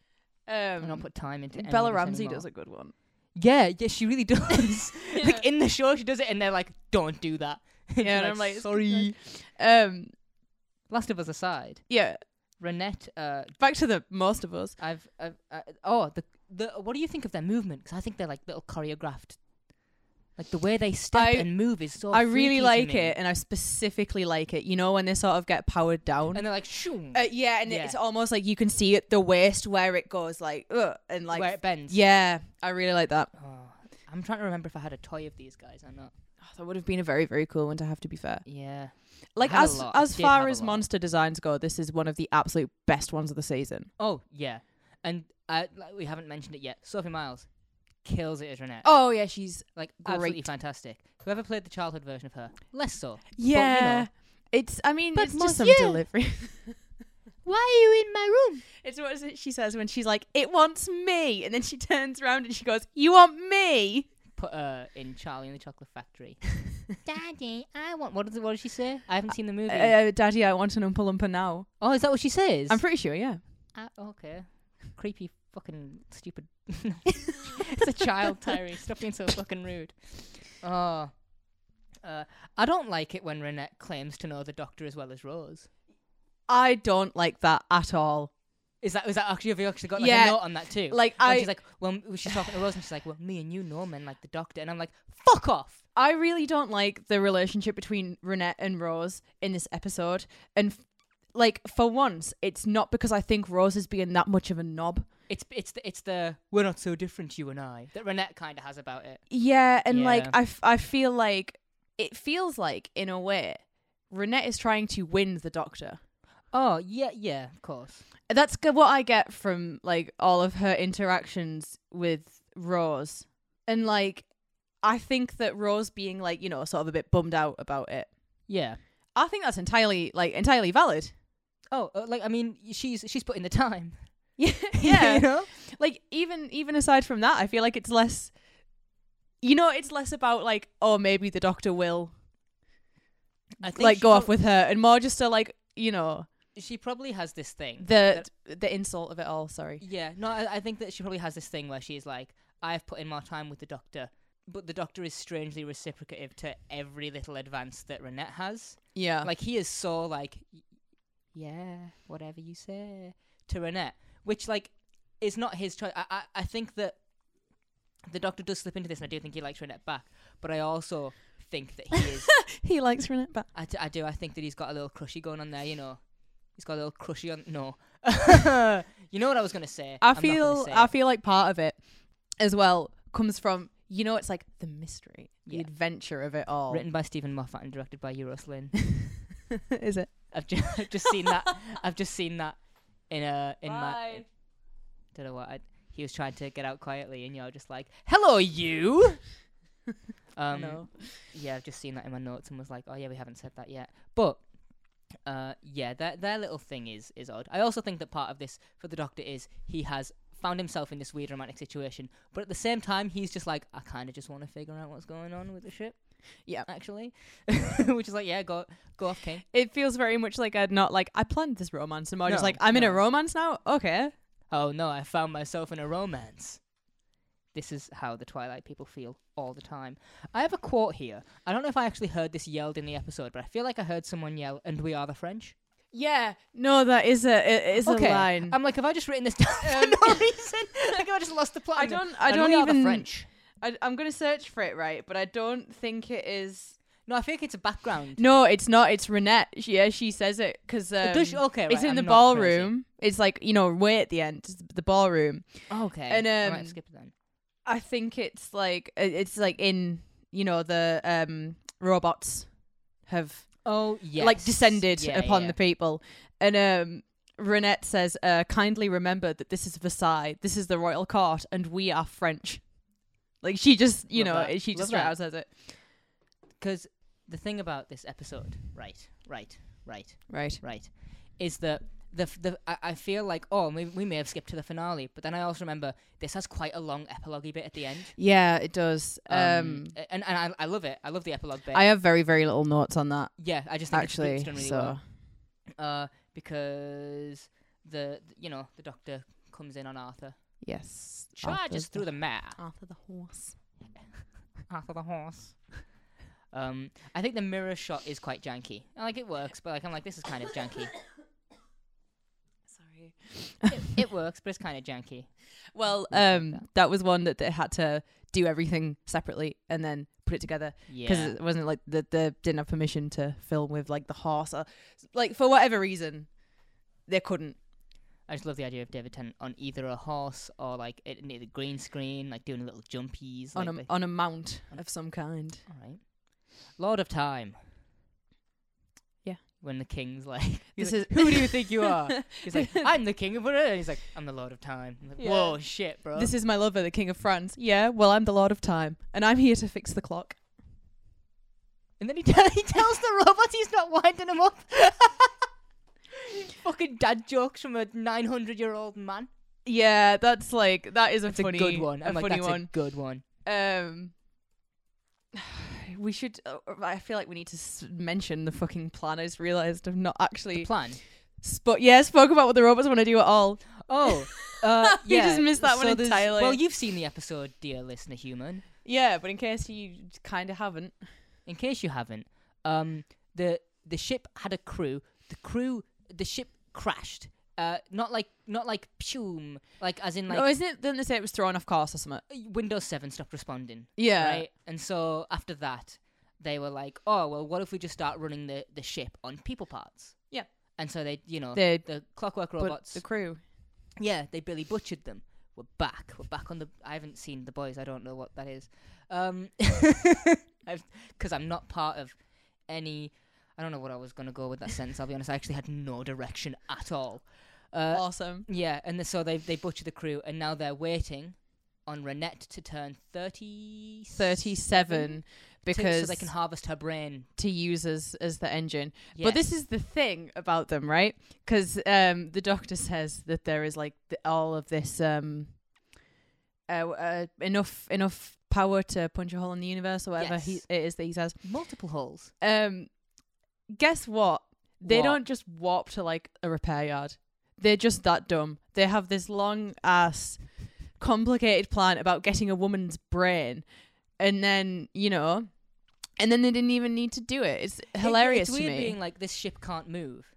Speaker 2: I'm not
Speaker 1: Um,
Speaker 2: put time into. any
Speaker 1: Bella
Speaker 2: of this
Speaker 1: Ramsey
Speaker 2: anymore.
Speaker 1: does a good one.
Speaker 2: Yeah, yeah, she really does.
Speaker 1: Yeah.
Speaker 2: Like in the show, she does it, and they're like, "Don't do that." She's
Speaker 1: Yeah, and I'm like, it's
Speaker 2: sorry.
Speaker 1: Um,
Speaker 2: Last of Us aside,
Speaker 1: yeah,
Speaker 2: Renette, uh,
Speaker 1: back to the most of us.
Speaker 2: I've, I've uh, oh, the the what do you think of their movement? Because I think they're like little choreographed. Like the way they step
Speaker 1: I-
Speaker 2: and move is so.
Speaker 1: I
Speaker 2: freaky
Speaker 1: really
Speaker 2: to
Speaker 1: like
Speaker 2: me.
Speaker 1: it, and I specifically like it. You know when they sort of get powered down.
Speaker 2: and they're like, shoo,
Speaker 1: Uh, yeah, and
Speaker 2: Yeah.
Speaker 1: it's almost like you can see at the waist where it goes, like, uh, and like,
Speaker 2: where it bends.
Speaker 1: yeah, I really like that.
Speaker 2: Oh, I'm trying to remember if I had a toy of these guys or not.
Speaker 1: Oh, that would have been a very, very cool one to have. To be fair,
Speaker 2: Yeah.
Speaker 1: like
Speaker 2: had a
Speaker 1: as
Speaker 2: lot. I
Speaker 1: as
Speaker 2: did
Speaker 1: far
Speaker 2: have a
Speaker 1: as
Speaker 2: lot.
Speaker 1: monster designs go, this is one of the absolute best ones of the season.
Speaker 2: Oh yeah, and I like, we haven't mentioned it yet. Sophie Miles kills it as Renette.
Speaker 1: Oh yeah, she's
Speaker 2: Like absolutely
Speaker 1: Great.
Speaker 2: fantastic. Whoever played the childhood version of her, less so.
Speaker 1: yeah. It's I mean,
Speaker 2: But
Speaker 1: it's just some
Speaker 2: Monsieur-
Speaker 1: delivery.
Speaker 2: Why are you in my room?
Speaker 1: it's what is it she says when she's like, "It wants me," and then she turns around and she goes, "You want me?"
Speaker 2: Put her in Charlie and the Chocolate Factory. Daddy, I want. What does what does she say? I haven't seen the movie.
Speaker 1: Uh, Daddy, I want an Oompa Loompa now.
Speaker 2: oh, is that what she says?
Speaker 1: I'm pretty sure, yeah.
Speaker 2: Ah, okay. Creepy, fucking stupid. it's a child, Tyree. Stop being so fucking rude. Oh. Uh, I don't like it when Renette claims to know the Doctor as well as Rose.
Speaker 1: I don't like that at all.
Speaker 2: Is that is that actually have you actually got like
Speaker 1: Yeah.
Speaker 2: a note on that too?
Speaker 1: Like
Speaker 2: And
Speaker 1: I,
Speaker 2: she's like, well, m- she's talking to Rose, and she's like, well, me and you know men like the doctor, and I'm like, fuck off.
Speaker 1: I really don't like the relationship between Renette and Rose in this episode. And f- like for once, it's not because I think Rose is being that much of a knob.
Speaker 2: It's it's the it's the we're not so different, you and I, that Renette kind of has about it.
Speaker 1: Yeah, and like
Speaker 2: Yeah.
Speaker 1: I, f- I feel like it feels like in a way Renette is trying to win the Doctor.
Speaker 2: Oh yeah, yeah, of course.
Speaker 1: That's g- what I get from like all of her interactions with Rose, and like I think that Rose being like you know sort of a bit bummed out about it.
Speaker 2: Yeah.
Speaker 1: I think that's entirely like entirely valid.
Speaker 2: Oh, uh, like I mean, she's she's put in the time.
Speaker 1: Yeah,
Speaker 2: you
Speaker 1: yeah.
Speaker 2: know.
Speaker 1: like even even aside from that, I feel like it's less. You know, it's less about like, oh, maybe the doctor will
Speaker 2: I think
Speaker 1: like
Speaker 2: she
Speaker 1: go off
Speaker 2: prob-
Speaker 1: with her, and more just to like, you know,
Speaker 2: She probably has this thing.
Speaker 1: the the insult of it all. Sorry.
Speaker 2: Yeah. No, I, I think that she probably has this thing where she's like, I've put in more time with the doctor. But the doctor is strangely reciprocative to every little advance that Renette has.
Speaker 1: Yeah.
Speaker 2: Like he is so like, y- yeah, whatever you say to Renette, which like is not his choice. I, I I think that the Doctor does slip into this, and I do think he likes Renette back. But I also think that he is.
Speaker 1: he likes Renette back.
Speaker 2: I, d- I do. I think that he's got a little crushy going on there. You know, he's got a little crushy on. No, you know what I was gonna say.
Speaker 1: I
Speaker 2: I'm not gonna
Speaker 1: feel
Speaker 2: say
Speaker 1: I
Speaker 2: it.
Speaker 1: feel like part of it as well comes from you know it's like the mystery, the
Speaker 2: Yeah.
Speaker 1: adventure of it all.
Speaker 2: written by Stephen Moffat and directed by Euros Lynn.
Speaker 1: Is it?
Speaker 2: I've just, I've just seen that. I've just seen that in a in my. Don't know what I, he was trying to get out quietly, and you're just like, "Hello, you." um,
Speaker 1: no.
Speaker 2: Yeah, I've just seen that in my notes and was like, "Oh yeah, we haven't said that yet." But uh, yeah, their their little thing is is odd. I also think that part of this for the Doctor is he has found himself in this weird romantic situation, but at the same time, he's just like, "I kind of just want to figure out what's going on with the ship."
Speaker 1: Yeah.
Speaker 2: actually, which is like, yeah, go go off, King.
Speaker 1: It feels very much like I'd not like I planned this romance and more just
Speaker 2: No,
Speaker 1: like I'm in a
Speaker 2: no.
Speaker 1: romance now. Okay.
Speaker 2: Oh no, I found myself in a romance. This is how the Twilight people feel all the time. I have a quote here. I don't know if I actually heard this yelled in the episode, but I feel like I heard someone yell, and we are the French.
Speaker 1: Yeah. No, that is a it is a line. Um,
Speaker 2: I'm like, have I just written this down for no reason? Like, have I just lost the plot?
Speaker 1: I
Speaker 2: And-
Speaker 1: don't- I
Speaker 2: and
Speaker 1: don't
Speaker 2: we Are
Speaker 1: even-
Speaker 2: the French.
Speaker 1: I, I'm gonna search for it right, but I don't think it is.
Speaker 2: No, I feel like it's a background.
Speaker 1: No, it's not. It's Renette. She, yeah, she says it because um,
Speaker 2: does she- okay,
Speaker 1: it's
Speaker 2: right,
Speaker 1: in
Speaker 2: I'm
Speaker 1: the
Speaker 2: not
Speaker 1: ballroom. It's like you know, way at the end, it's the ballroom.
Speaker 2: Oh, okay,
Speaker 1: And,
Speaker 2: I
Speaker 1: um,
Speaker 2: might skip it then.
Speaker 1: I think it's like it- it's like in you know the um robots have
Speaker 2: Oh yes,
Speaker 1: like descended
Speaker 2: Yeah,
Speaker 1: upon
Speaker 2: yeah.
Speaker 1: the people, and um. Renette says, uh, kindly remember that this is Versailles, this is the royal court, and we are French. Like, she just, you
Speaker 2: Love
Speaker 1: know,
Speaker 2: that.
Speaker 1: she
Speaker 2: Love
Speaker 1: just straight
Speaker 2: that.
Speaker 1: out says it.
Speaker 2: because the thing about this episode, right, right, right,
Speaker 1: Right.
Speaker 2: right, is that the f- the I, I feel like oh we, we may have skipped to the finale, but then I also remember this has quite a long epilogue bit at the end. Um,
Speaker 1: Yeah, it does.
Speaker 2: a- and and I, I love it. I love the epilogue bit.
Speaker 1: Um, I have very, very little notes on that,
Speaker 2: yeah, I just think it's-
Speaker 1: actually.
Speaker 2: it's done really
Speaker 1: so,
Speaker 2: well. uh, because the you know the doctor comes in on Arthur,
Speaker 1: yes.
Speaker 2: charges through the mare,
Speaker 1: After the horse.
Speaker 2: Arthur the horse. Um, I think the mirror shot is quite janky. I like it works, but like I'm like this is kind of janky.
Speaker 1: Sorry.
Speaker 2: It, it works, but it's kind of janky.
Speaker 1: Well,
Speaker 2: We'll take
Speaker 1: um,
Speaker 2: that.
Speaker 1: that was one that they had to do everything separately and then put it together because
Speaker 2: Yeah,
Speaker 1: it wasn't like the, they didn't have permission to film with like the horse or like for whatever reason they couldn't.
Speaker 2: I just love the idea of David Tennant on either a horse or like it, near the green screen, like doing little jumpies.
Speaker 1: on
Speaker 2: like
Speaker 1: a
Speaker 2: the-
Speaker 1: on a mount of some kind.
Speaker 2: All right. Lord of Time.
Speaker 1: Yeah.
Speaker 2: When the king's like, he's
Speaker 1: This
Speaker 2: like,
Speaker 1: is-
Speaker 2: who do you think you are? He's like, I'm the king of whatever. And he's like, I'm the Lord of Time. I'm like,
Speaker 1: Yeah.
Speaker 2: Whoa, shit, bro.
Speaker 1: This is my lover, the king of France. Yeah, well, I'm the lord of time, and I'm here to fix the clock.
Speaker 2: and then he, t- he tells the robot he's not winding him up. Fucking dad jokes from a 900 year old man.
Speaker 1: Yeah, that's like that is a
Speaker 2: That's
Speaker 1: funny
Speaker 2: a good one.
Speaker 1: A
Speaker 2: I'm like,
Speaker 1: funny
Speaker 2: that's
Speaker 1: one.
Speaker 2: a good one.
Speaker 1: Um, we should. Uh, I feel like we need to s- mention the fucking plan. I just realised I've not
Speaker 2: The
Speaker 1: actually.
Speaker 2: plan.
Speaker 1: Spo- yeah, spoke about what the robots want to do at all.
Speaker 2: Oh, uh,
Speaker 1: You
Speaker 2: yeah.
Speaker 1: just missed that one
Speaker 2: there's-
Speaker 1: entirely.
Speaker 2: Well, you've seen the episode, dear listener human.
Speaker 1: Yeah, but in case you kind of haven't,
Speaker 2: In case you haven't, um, the the ship had a crew. The crew, the ship crashed. Uh, not like not like pshoom, like as in like
Speaker 1: oh, isn't it? Didn't they say it was thrown off course or something?
Speaker 2: Windows Seven stopped responding.
Speaker 1: Yeah,
Speaker 2: Right, and so after that, they were like, oh well, what if we just start running the the ship on people parts?
Speaker 1: Yeah.
Speaker 2: And so they, you know,
Speaker 1: They-
Speaker 2: the clockwork
Speaker 1: but
Speaker 2: robots.
Speaker 1: the crew.
Speaker 2: Yeah, they Billy butchered them. We're back. We're back on the. I haven't seen the boys. I don't know what that is. Um, because I'm not part of any. I don't know what I was gonna go with that sentence. I'll be honest. I actually had no direction at all. Uh,
Speaker 1: awesome.
Speaker 2: yeah, and the, so they they butchered the crew, and now they're waiting on Renette to turn thirty
Speaker 1: Thirty-seven because
Speaker 2: so they can harvest her brain.
Speaker 1: to use as as the engine.
Speaker 2: Yes.
Speaker 1: But this is the thing about them, right? Because um, the doctor says that there is like th- all of this um, uh, uh, enough enough power to punch a hole in the universe or whatever he,
Speaker 2: Yes.
Speaker 1: it is that he says.
Speaker 2: multiple holes.
Speaker 1: Um, guess what? They
Speaker 2: What?
Speaker 1: don't just warp to like a repair yard. They're just that dumb. They have this long ass complicated plan about getting a woman's brain, and then you know, and then they didn't even need to do it. It's
Speaker 2: It-
Speaker 1: hilarious
Speaker 2: It's
Speaker 1: to
Speaker 2: weird
Speaker 1: me.
Speaker 2: being like this ship can't move,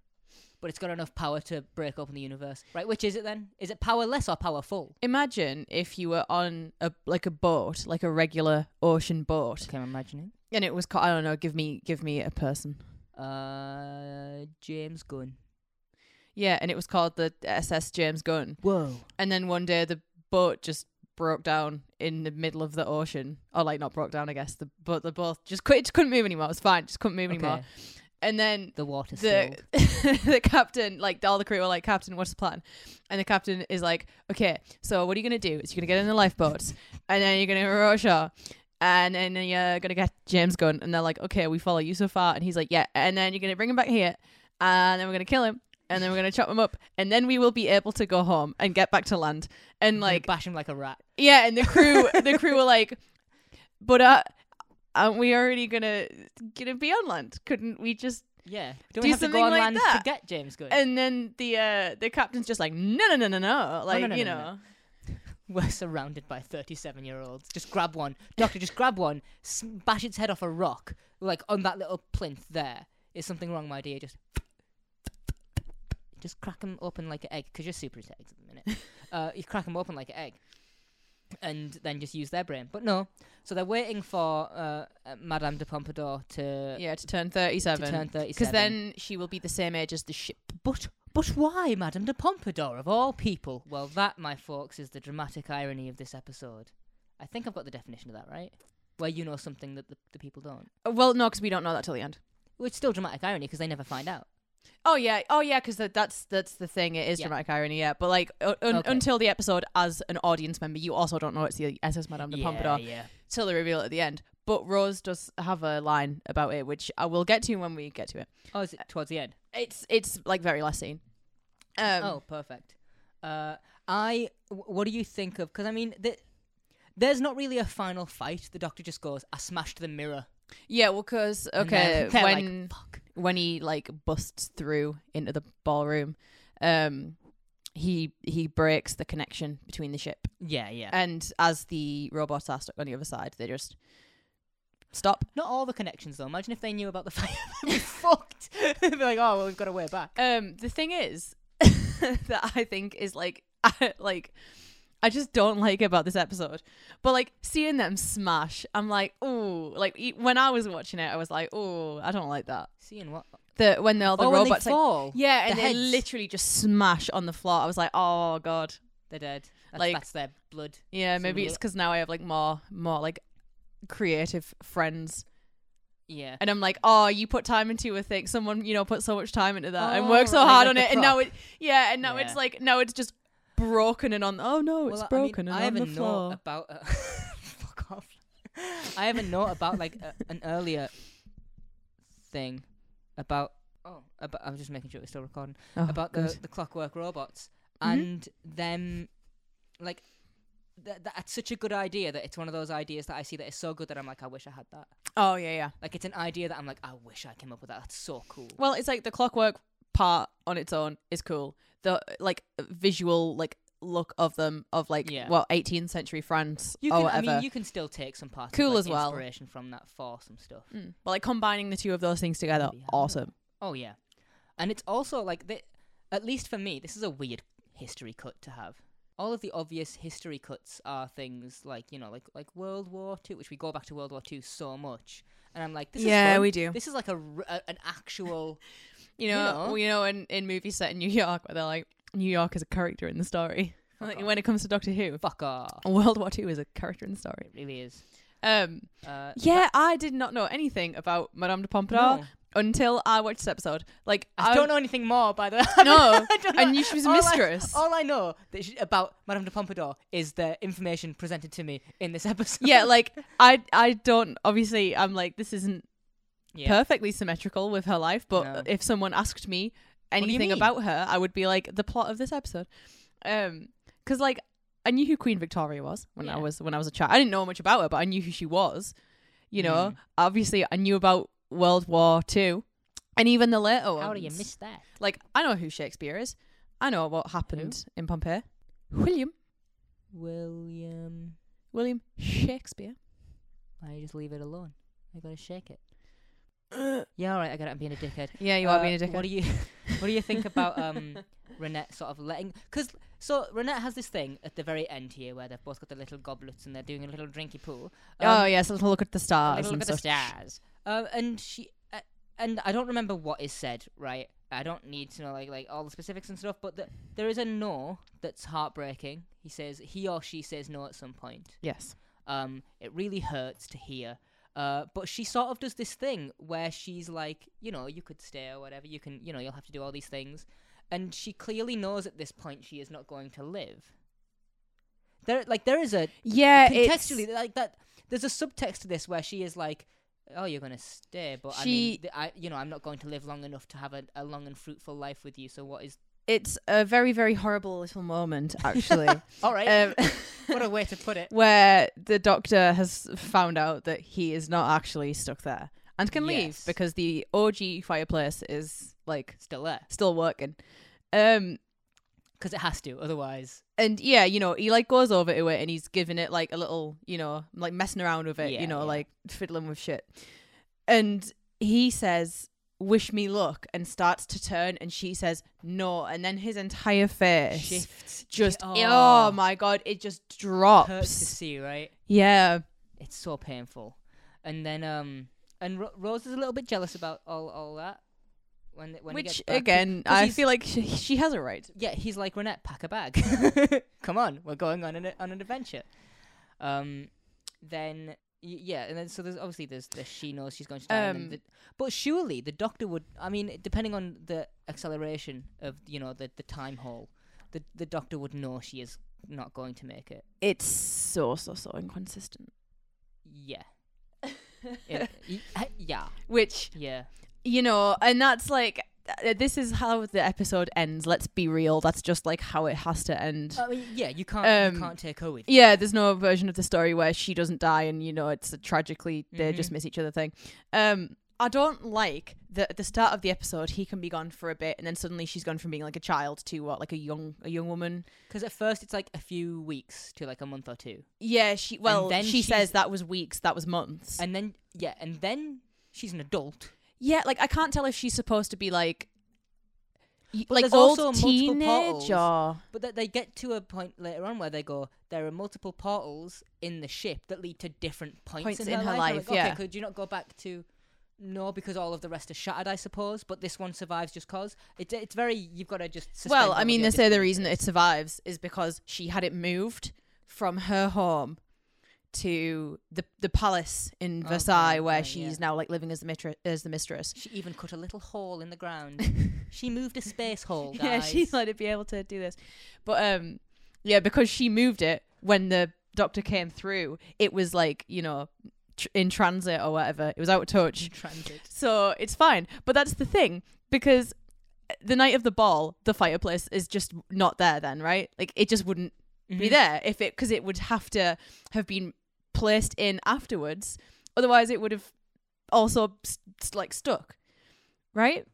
Speaker 2: but it's got enough power to break open the universe. Right? Which is it then? Is it powerless or powerful?
Speaker 1: Imagine if you were on a like a boat, like a regular ocean boat,
Speaker 2: Okay, I'm imagining.
Speaker 1: and it was ca- I don't know. Give me give me a person.
Speaker 2: Uh, James Gunn.
Speaker 1: Yeah, and it was called the SS James Gunn.
Speaker 2: Whoa.
Speaker 1: And then one day the boat just broke down in the middle of the ocean, or like not broke down, I guess. The but the boat just quit, just couldn't move anymore. It was fine, just couldn't move anymore.
Speaker 2: Okay.
Speaker 1: And then
Speaker 2: The water
Speaker 1: the
Speaker 2: stilled.
Speaker 1: the captain, like all the crew, were like, "Captain, what's the plan?" And the captain is like, "Okay, so what are you gonna do? Is you're gonna get in the lifeboats, and then you're gonna row ashore, and then you're gonna get James Gunn." And they're like, "Okay, we follow you so far," and he's like, "Yeah," and then you're gonna bring him back here, and then we're gonna kill him. And then we're gonna chop him up, and then we will be able to go home and get back to land. And like,
Speaker 2: bash him like a rat.
Speaker 1: yeah, and the crew, the crew were like, "But uh, aren't we already gonna gonna be on land? Couldn't we just
Speaker 2: Yeah. Don't
Speaker 1: Do
Speaker 2: we have to go
Speaker 1: something
Speaker 2: on
Speaker 1: like
Speaker 2: land
Speaker 1: that.
Speaker 2: to get James Gunn?
Speaker 1: and then the uh the captain's just like no no no no Oh, no like
Speaker 2: no, no,
Speaker 1: you
Speaker 2: no,
Speaker 1: know
Speaker 2: no. We're surrounded by 37 year olds. Just grab one. Doctor, just grab one. S- Bash its head off a rock. Like on that little plinth there. Is something wrong, my dear? Just. Just crack 'em open like an egg, 'cause you're super into eggs at the minute. uh, you crack 'em open like an egg. And then just use their brain. But no. So they're waiting for uh, uh, Madame de Pompadour to,
Speaker 1: Uh, yeah to turn
Speaker 2: to turn
Speaker 1: 37
Speaker 2: 37.
Speaker 1: because then she will be the same age as the ship
Speaker 2: But but why, Madame de Pompadour, of all people? Well, that, my folks, is the dramatic irony of this episode. I think I've got the definition of that right. Where you know something that the, the people don't.
Speaker 1: Uh, well no because we don't know that till the end
Speaker 2: Well, it's still dramatic irony because they never find out.
Speaker 1: oh yeah oh yeah because that's that's the thing it is
Speaker 2: Yeah.
Speaker 1: dramatic irony yeah but like un- un-
Speaker 2: Okay.
Speaker 1: until the episode as an audience member you also don't know it's the ss madame de pompadour
Speaker 2: yeah.
Speaker 1: till the reveal at the end but rose does have a line about it which i will get to when we get to it
Speaker 2: Oh, is it towards the end?
Speaker 1: it's it's like very last scene um
Speaker 2: oh, perfect. Uh, I. wh- What do you think of? Because I mean, the, there's not really a final fight. The doctor just goes, "I smashed the mirror."
Speaker 1: yeah well because
Speaker 2: And
Speaker 1: okay
Speaker 2: they're- they're like,
Speaker 1: when
Speaker 2: "Fuck."
Speaker 1: when he like busts through into the ballroom, um, he he breaks the connection between the ship,
Speaker 2: Yeah, yeah.
Speaker 1: and as the robots are stuck on the other side, they just stop.
Speaker 2: Not all the connections though. Imagine if they knew about the fire, they'd be fucked. they'd be like, "Oh, well, we've got a way back."
Speaker 1: Um, the thing is that I think is like I, like I just don't like about this episode, but like seeing them smash, I'm like, oh, like e- when I was watching it, I was like, oh, I don't like that.
Speaker 2: Seeing what?
Speaker 1: The when the, all the
Speaker 2: oh, when they
Speaker 1: robots like,
Speaker 2: fall,
Speaker 1: yeah, and
Speaker 2: the
Speaker 1: they
Speaker 2: heads.
Speaker 1: literally just smash on the floor. I was like, oh god.
Speaker 2: they're dead. That's,
Speaker 1: Like-
Speaker 2: that's their blood.
Speaker 1: Yeah,
Speaker 2: So
Speaker 1: maybe
Speaker 2: we-
Speaker 1: it's because now I have like more, more like creative friends,
Speaker 2: Yeah.
Speaker 1: and I'm like, oh, you put time into a thing. Someone you know put so much time into that and
Speaker 2: Oh,
Speaker 1: worked so
Speaker 2: like-
Speaker 1: hard
Speaker 2: like
Speaker 1: on
Speaker 2: the
Speaker 1: it, and now
Speaker 2: prop.
Speaker 1: it, yeah, and now it's
Speaker 2: Yeah.
Speaker 1: like now it's just broken and on. Oh no, it's
Speaker 2: Well, I mean,
Speaker 1: broken
Speaker 2: I have
Speaker 1: and
Speaker 2: a
Speaker 1: on the floor.
Speaker 2: note about. Uh, fuck off. I have a note about like a, an earlier thing about. Oh, about, I was just making sure it was still recording.
Speaker 1: Oh,
Speaker 2: about
Speaker 1: good.
Speaker 2: the, the clockwork robots
Speaker 1: Mhm.
Speaker 2: and them like th- that's such a good idea that it's one of those ideas that I see that is so good that I'm like I wish I had that
Speaker 1: oh yeah, yeah.
Speaker 2: like it's an idea that I'm like I wish I came up with that that's so cool
Speaker 1: Well, it's like the clockwork part on its own is cool. The like visual like look of them of like
Speaker 2: Yeah.
Speaker 1: well 18th century France
Speaker 2: you
Speaker 1: or
Speaker 2: can I
Speaker 1: whatever.
Speaker 2: mean you can still take some parts
Speaker 1: Cool
Speaker 2: of, like,
Speaker 1: as well.
Speaker 2: inspiration from that for some stuff
Speaker 1: Mm. But like combining the two of those things together,
Speaker 2: Maybe, I don't know.
Speaker 1: awesome.
Speaker 2: oh yeah and it's also like the, at least for me this is a weird history cut to have all of the obvious history cuts are things like you know like like World War Two which we go back to World War Two so much and I'm like this is
Speaker 1: yeah,
Speaker 2: fun.
Speaker 1: we do.
Speaker 2: This is like a, r- a- an actual.
Speaker 1: You know,
Speaker 2: know?
Speaker 1: well, you know, in, in movies set in New York, where they're like, New York is a character in the story.
Speaker 2: Fuck
Speaker 1: Like,
Speaker 2: off.
Speaker 1: when it comes to Doctor Who,
Speaker 2: Fuck off.
Speaker 1: World War Two is a character in the story.
Speaker 2: It really is.
Speaker 1: Um,
Speaker 2: Uh,
Speaker 1: yeah, I did not know anything about Madame de Pompadour
Speaker 2: no.
Speaker 1: until I watched this episode. Like,
Speaker 2: I don't know anything more, by the way.
Speaker 1: No,
Speaker 2: I don't
Speaker 1: I
Speaker 2: know-
Speaker 1: knew she was a
Speaker 2: all I-
Speaker 1: mistress.
Speaker 2: All I, know that she, about Madame de Pompadour is the information presented to me in this episode.
Speaker 1: yeah, like I, I don't. Obviously, I'm like this isn't
Speaker 2: Yeah.
Speaker 1: perfectly symmetrical with her life. But
Speaker 2: No.
Speaker 1: if someone asked me
Speaker 2: do you
Speaker 1: anything
Speaker 2: mean?
Speaker 1: about her, I would be like the plot of this episode. Um, because like I knew who Queen Victoria was when I
Speaker 2: Yeah.
Speaker 1: was when I was a child. I didn't know much about her, but I knew who she was. You know,
Speaker 2: Mm.
Speaker 1: obviously I knew about World War Two, and even the later ones.
Speaker 2: How do you miss that?
Speaker 1: Like I know who Shakespeare is. I know what happened in Pompeii. William
Speaker 2: William.
Speaker 1: William Shakespeare.
Speaker 2: Why you just leave it alone? I gotta shake it. Yeah, all right. I got it. I'm being a dickhead.
Speaker 1: yeah, you are
Speaker 2: Uh,
Speaker 1: being a dickhead.
Speaker 2: What do you What do you think about um Renette sort of letting? Because so Renette has this thing at the very end here where they've both got the little goblets and they're doing a little drinky pool.
Speaker 1: oh
Speaker 2: Um,
Speaker 1: yes, let's look at the
Speaker 2: a
Speaker 1: stars.
Speaker 2: little look
Speaker 1: and
Speaker 2: at the
Speaker 1: such.
Speaker 2: stars. Um, and she uh, and I don't remember what is said. Right. I don't need to know like like all the specifics and stuff. But the, there is a no that's heartbreaking. He says he or she says no at some point.
Speaker 1: Yes.
Speaker 2: Um, it really hurts to hear. Uh, but she sort of does this thing where she's like, you know, you could stay or whatever. You can, you know, you'll have to do all these things. And she clearly knows at this point she is not going to live. There, like, there is a
Speaker 1: Yeah.
Speaker 2: contextually, like that. There's a subtext to this where she is like, "Oh, you're gonna stay, but I
Speaker 1: She-
Speaker 2: mean, th- I, you know, I'm not going to live long enough to have a, a long and fruitful life with you. So what is?
Speaker 1: it's a very very horrible little moment actually
Speaker 2: All right,
Speaker 1: um,
Speaker 2: what a way to put it.
Speaker 1: where the doctor has found out that he is not actually stuck there and can leave
Speaker 2: Yes.
Speaker 1: because the og fireplace is like
Speaker 2: Still there,
Speaker 1: still working um
Speaker 2: because it has to, otherwise.
Speaker 1: and yeah you know he like goes over to it and he's giving it like a little you know like messing around with it
Speaker 2: Yeah,
Speaker 1: you know
Speaker 2: yeah.
Speaker 1: like fiddling with shit and he says wish me luck and starts to turn and she says no and then his entire face
Speaker 2: shifts
Speaker 1: just
Speaker 2: Yeah.
Speaker 1: oh. my god it just
Speaker 2: hurts to
Speaker 1: drops
Speaker 2: see, right?
Speaker 1: yeah
Speaker 2: It's so painful. And then um, and Ro- Rose is a little bit jealous about all all that. When when he
Speaker 1: which
Speaker 2: gets back, 'cause-
Speaker 1: again
Speaker 2: 'cause
Speaker 1: i
Speaker 2: he's-
Speaker 1: feel like she, she has a right
Speaker 2: yeah, he's like Renette, pack a bag. Come on, we're going on an on an adventure. Um, then y- yeah, and then so there's obviously there's the she knows she's going to die, and
Speaker 1: Um,
Speaker 2: then the, but surely the doctor would. I mean, depending on the acceleration of you know the the time hole, the the doctor would know she is not going to make it.
Speaker 1: it's so so so inconsistent
Speaker 2: Yeah, It- y- yeah,
Speaker 1: which
Speaker 2: yeah.
Speaker 1: you know and that's like uh, this is how the episode ends let's be real that's just like how it has to end
Speaker 2: I mean, yeah, you can't
Speaker 1: Um,
Speaker 2: you can't take her with you.
Speaker 1: yeah there's no version of the story where she doesn't die and you know it's a tragically they
Speaker 2: Mhm.
Speaker 1: just miss each other thing um I don't like that at the start of the episode he can be gone for a bit and then suddenly she's gone from being like a child to what like a young a young woman
Speaker 2: Because at first it's like a few weeks to like a month or two,
Speaker 1: Yeah, she well,
Speaker 2: then
Speaker 1: she
Speaker 2: she's-
Speaker 1: says that was weeks, that was months.
Speaker 2: and then yeah, and then she's an adult.
Speaker 1: yeah, like I can't tell if she's supposed to be like y- like
Speaker 2: there's
Speaker 1: old
Speaker 2: also multiple
Speaker 1: teenage
Speaker 2: portals.
Speaker 1: or
Speaker 2: But that they get to a point later on where they go, there are multiple portals in the ship that lead to different points,
Speaker 1: Points
Speaker 2: in, her life. I'm like,
Speaker 1: yeah.
Speaker 2: Okay, could you not go back to? No, because all of the rest are shattered, I suppose. But this one survives just cause. It's it's very you've got to just. suspend
Speaker 1: well,
Speaker 2: all
Speaker 1: I
Speaker 2: of
Speaker 1: mean,
Speaker 2: your
Speaker 1: they say the reason
Speaker 2: disbelief.
Speaker 1: it survives is because she had it moved from her home to the the palace in
Speaker 2: Oh,
Speaker 1: Versailles,
Speaker 2: okay,
Speaker 1: where
Speaker 2: okay,
Speaker 1: she's
Speaker 2: yeah.
Speaker 1: now like living as the mistress. As the mistress.
Speaker 2: she even cut a little hole in the ground. she moved a space hole, guys.
Speaker 1: Yeah, she's like to be able to do this, but um, yeah, because she moved it when the doctor came through, it was like you know. tr- In transit or whatever, it was out of touch.
Speaker 2: in transit.
Speaker 1: So it's fine. But that's the thing because uh, the night of the ball, the fireplace is just not there then, right? Like it just wouldn't be
Speaker 2: Mhm.
Speaker 1: there if it because it would have to have been placed in afterwards. Otherwise, it would have also s- s- like stuck, right?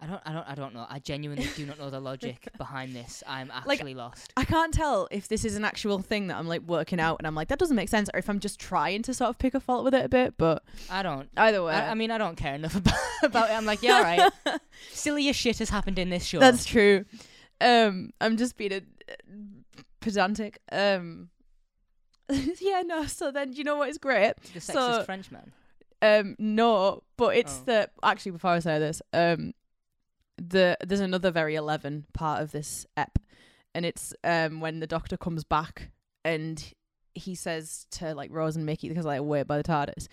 Speaker 2: I don't, I don't, I don't know. I genuinely do not know the logic behind this. I'm
Speaker 1: Like,
Speaker 2: actually lost.
Speaker 1: I can't tell if this is an actual thing that I'm like working out and I'm like that doesn't make sense, or if I'm just trying to sort of pick a fault with it a bit. But
Speaker 2: I don't.
Speaker 1: either way,
Speaker 2: I, I mean, I don't care enough about, about it. I'm like, yeah, all right. Sillier shit has happened in this show.
Speaker 1: That's true. Um, I'm just being a, uh, pedantic. Um, yeah, no. So then, do you know what is great?
Speaker 2: the sexist
Speaker 1: so-
Speaker 2: Frenchman.
Speaker 1: Um, no, but it's
Speaker 2: Oh.
Speaker 1: the actually before I say this, um, the there's another very eleven part of this ep, and it's um when the doctor comes back and he says to like Rose and Mickey because like wait by the TARDIS.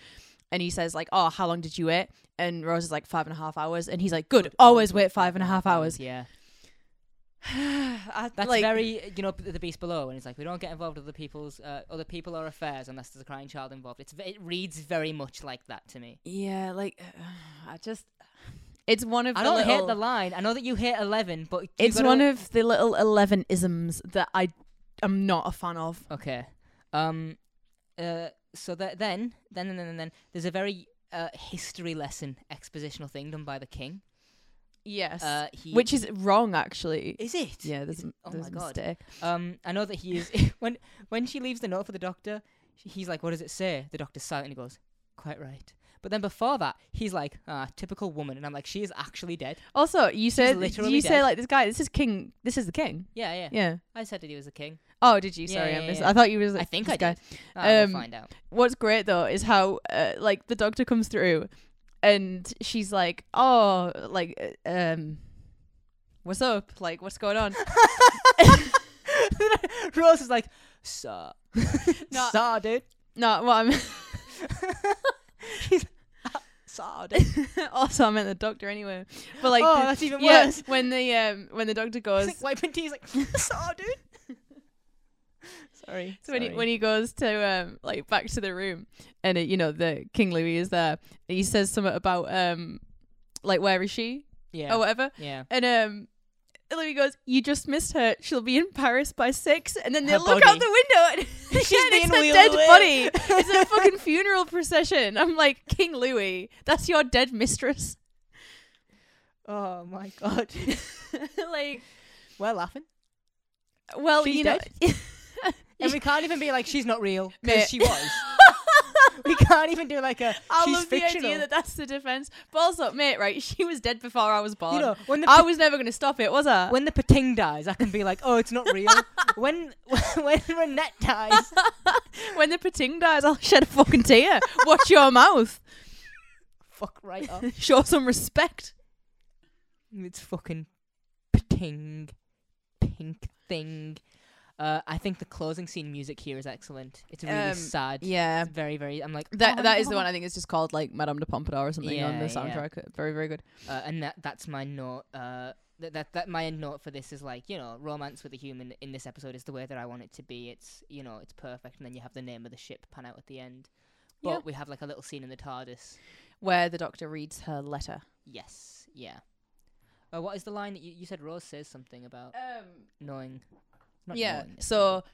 Speaker 1: And he says like, "Oh, how long did you wait?" And Rose is like, five and a half hours." And he's like, "Good, always wait five and a half hours."
Speaker 2: Yeah,
Speaker 1: I-
Speaker 2: that's
Speaker 1: like-
Speaker 2: very you know the Beast Below, and it's like we don't get involved with other people's uh, other people or affairs unless there's a crying child involved. It's ve- it reads very much like that to me.
Speaker 1: Yeah, like I just it's one of
Speaker 2: I
Speaker 1: the
Speaker 2: don't hate
Speaker 1: little,
Speaker 2: the line. I know that you hate Eleven, but you
Speaker 1: it's
Speaker 2: gotta-
Speaker 1: one of the little eleven isms that I am not a fan of.
Speaker 2: Okay. Um. Uh. So that then, then, then, then, then, there's a very uh, history lesson expositional thing done by the king,
Speaker 1: Yes.
Speaker 2: Uh, he,
Speaker 1: Which is wrong, actually.
Speaker 2: is it?
Speaker 1: yeah, there's, a-
Speaker 2: oh
Speaker 1: there's
Speaker 2: my
Speaker 1: a
Speaker 2: God.
Speaker 1: mistake.
Speaker 2: Um, I know that he is. when when she leaves the note for the doctor, sh- he's like, "What does it say?" The doctor's silent and he goes, "Quite right." But then before that, he's like, "Ah, typical woman," and I'm like, "She is actually dead."
Speaker 1: Also, you said
Speaker 2: literally
Speaker 1: you
Speaker 2: dead.
Speaker 1: say like this guy. This is king. This is the king.
Speaker 2: Yeah, yeah.
Speaker 1: Yeah.
Speaker 2: I said that he was a king.
Speaker 1: Oh, did you?
Speaker 2: Yeah,
Speaker 1: Sorry,
Speaker 2: yeah,
Speaker 1: I missed.
Speaker 2: yeah.
Speaker 1: I thought you was. Like,
Speaker 2: I think
Speaker 1: this
Speaker 2: I
Speaker 1: guy.
Speaker 2: did. Oh,
Speaker 1: Um,
Speaker 2: we'll find out.
Speaker 1: What's great though is how uh, like the doctor comes through, and she's like, "Oh, like uh, um, what's up? Like, what's going on?"
Speaker 2: Rose is like, "Sir,
Speaker 1: No.
Speaker 2: sir, dude,
Speaker 1: no, well, I'm
Speaker 2: sir, "Ah, dude."
Speaker 1: also I meant the doctor anyway. But like,
Speaker 2: oh,
Speaker 1: the-
Speaker 2: that's even
Speaker 1: yeah,
Speaker 2: worse.
Speaker 1: when the um when the doctor goes.
Speaker 2: He's like wiping tears, like, "Sir, dude." Sorry.
Speaker 1: So when he,
Speaker 2: sorry.
Speaker 1: when he goes to um like back to the room and it, you know the King Louis is there he says something about um like where is she
Speaker 2: yeah,
Speaker 1: or whatever
Speaker 2: yeah.
Speaker 1: and um Louis goes you just missed her she'll be in Paris by six and then they
Speaker 2: Her
Speaker 1: look out
Speaker 2: body.
Speaker 1: the window and
Speaker 2: She's
Speaker 1: yeah, and
Speaker 2: being
Speaker 1: it's her
Speaker 2: wheeled
Speaker 1: dead
Speaker 2: away.
Speaker 1: body it's a fucking funeral procession I'm like King Louis that's your dead mistress
Speaker 2: Oh my god.
Speaker 1: like
Speaker 2: We're laughing.
Speaker 1: well
Speaker 2: She's
Speaker 1: you know
Speaker 2: And we can't even be like she's not real because
Speaker 1: Mate.
Speaker 2: she was. we can't even do like a
Speaker 1: I
Speaker 2: she's
Speaker 1: love
Speaker 2: fictional.
Speaker 1: the idea that that's the defense but also mate right she was dead before I was born
Speaker 2: you know when the
Speaker 1: I
Speaker 2: pa-
Speaker 1: was never going to stop it, was I?
Speaker 2: when the pating dies, I can be like, oh, it's not real. when when Renette dies,
Speaker 1: when the pating dies, I'll shed a fucking tear. Watch your mouth.
Speaker 2: fuck right up.
Speaker 1: Show some respect.
Speaker 2: It's fucking pating, pink thing. Uh, I think the closing scene music here is excellent. It's really
Speaker 1: Um,
Speaker 2: sad.
Speaker 1: Yeah.
Speaker 2: It's very, very. I'm like
Speaker 1: That
Speaker 2: "Oh,
Speaker 1: that is the
Speaker 2: no."
Speaker 1: one I think it's just called like Madame de Pompadour or something on
Speaker 2: Yeah,
Speaker 1: the
Speaker 2: yeah.
Speaker 1: soundtrack. Very very good.
Speaker 2: uh, and that that's my note. Uh, that, that that my end note for this is like you know romance with a human in this episode is the way that I want it to be. It's you know it's perfect, and then you have the name of the ship pan out at the end. But
Speaker 1: Yeah.
Speaker 2: we have like a little scene in the TARDIS.
Speaker 1: Where the doctor reads her letter.
Speaker 2: Yes, yeah. Uh, what is the line that you, you said? Rose says something about
Speaker 1: Um,
Speaker 2: knowing. Not
Speaker 1: yeah.
Speaker 2: knowing, it's
Speaker 1: So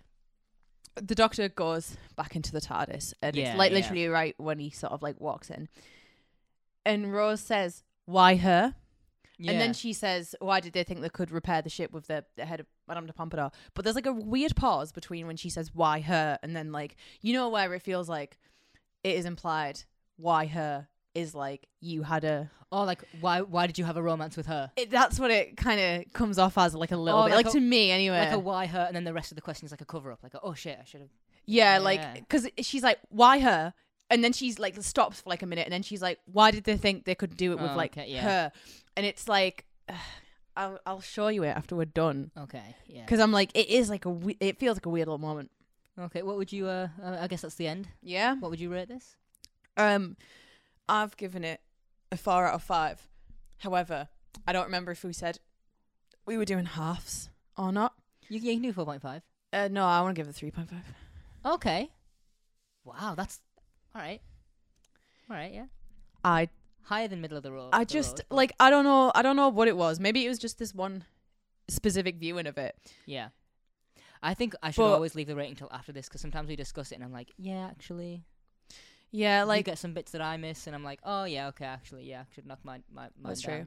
Speaker 1: the doctor goes back into the TARDIS and
Speaker 2: Yeah,
Speaker 1: it's like
Speaker 2: yeah.
Speaker 1: literally right when he sort of like walks in. And Rose says, "Why her?"
Speaker 2: something-
Speaker 1: And then
Speaker 2: Yeah.
Speaker 1: she says, "Why did they think they could repair the ship with the, the head of Madame de Pompadour?" But there's like a weird pause between when she says, "Why her?" and then like you know where it feels like it is implied why her is like you had a.
Speaker 2: oh, like why why did you have a romance with her?
Speaker 1: It, that's what it kind of comes off as like a little
Speaker 2: Oh,
Speaker 1: bit,
Speaker 2: like
Speaker 1: like,
Speaker 2: a-
Speaker 1: to me anyway.
Speaker 2: Like a why her, and then the rest of the question is like a cover up. Like a, oh shit, I should have.
Speaker 1: yeah,
Speaker 2: Yeah.
Speaker 1: like because she's like, "Why her?" and then she's like stops for like a minute, and then she's like, "Why did they think they could do it with
Speaker 2: Oh,
Speaker 1: like
Speaker 2: okay, yeah.
Speaker 1: her?" And it's like, I'll I'll show you it after we're done.
Speaker 2: Okay, yeah.
Speaker 1: because I'm like, it is like a, we- it feels like a weird little moment.
Speaker 2: Okay, what would you? Uh, uh, I guess that's the end.
Speaker 1: Yeah.
Speaker 2: What would you rate this?
Speaker 1: Um, I've given it a four out of five. However, I don't remember if we said we were doing halves or not.
Speaker 2: You, you can do 4.5.
Speaker 1: Uh, no, I want to give it three point five.
Speaker 2: Okay. Wow, that's all right. All right, yeah.
Speaker 1: I
Speaker 2: Higher than middle of the road.
Speaker 1: I
Speaker 2: the
Speaker 1: just
Speaker 2: road, but-
Speaker 1: like I don't know I don't know what it was. Maybe it was just this one specific viewing of it.
Speaker 2: yeah. I think I should
Speaker 1: But-
Speaker 2: always leave the rating till after this because sometimes we discuss it and I'm like, yeah, actually,
Speaker 1: Yeah,
Speaker 2: like you
Speaker 1: like
Speaker 2: get some bits that I miss and I'm like, oh yeah, okay, actually, yeah, I should knock my my. my
Speaker 1: That's true.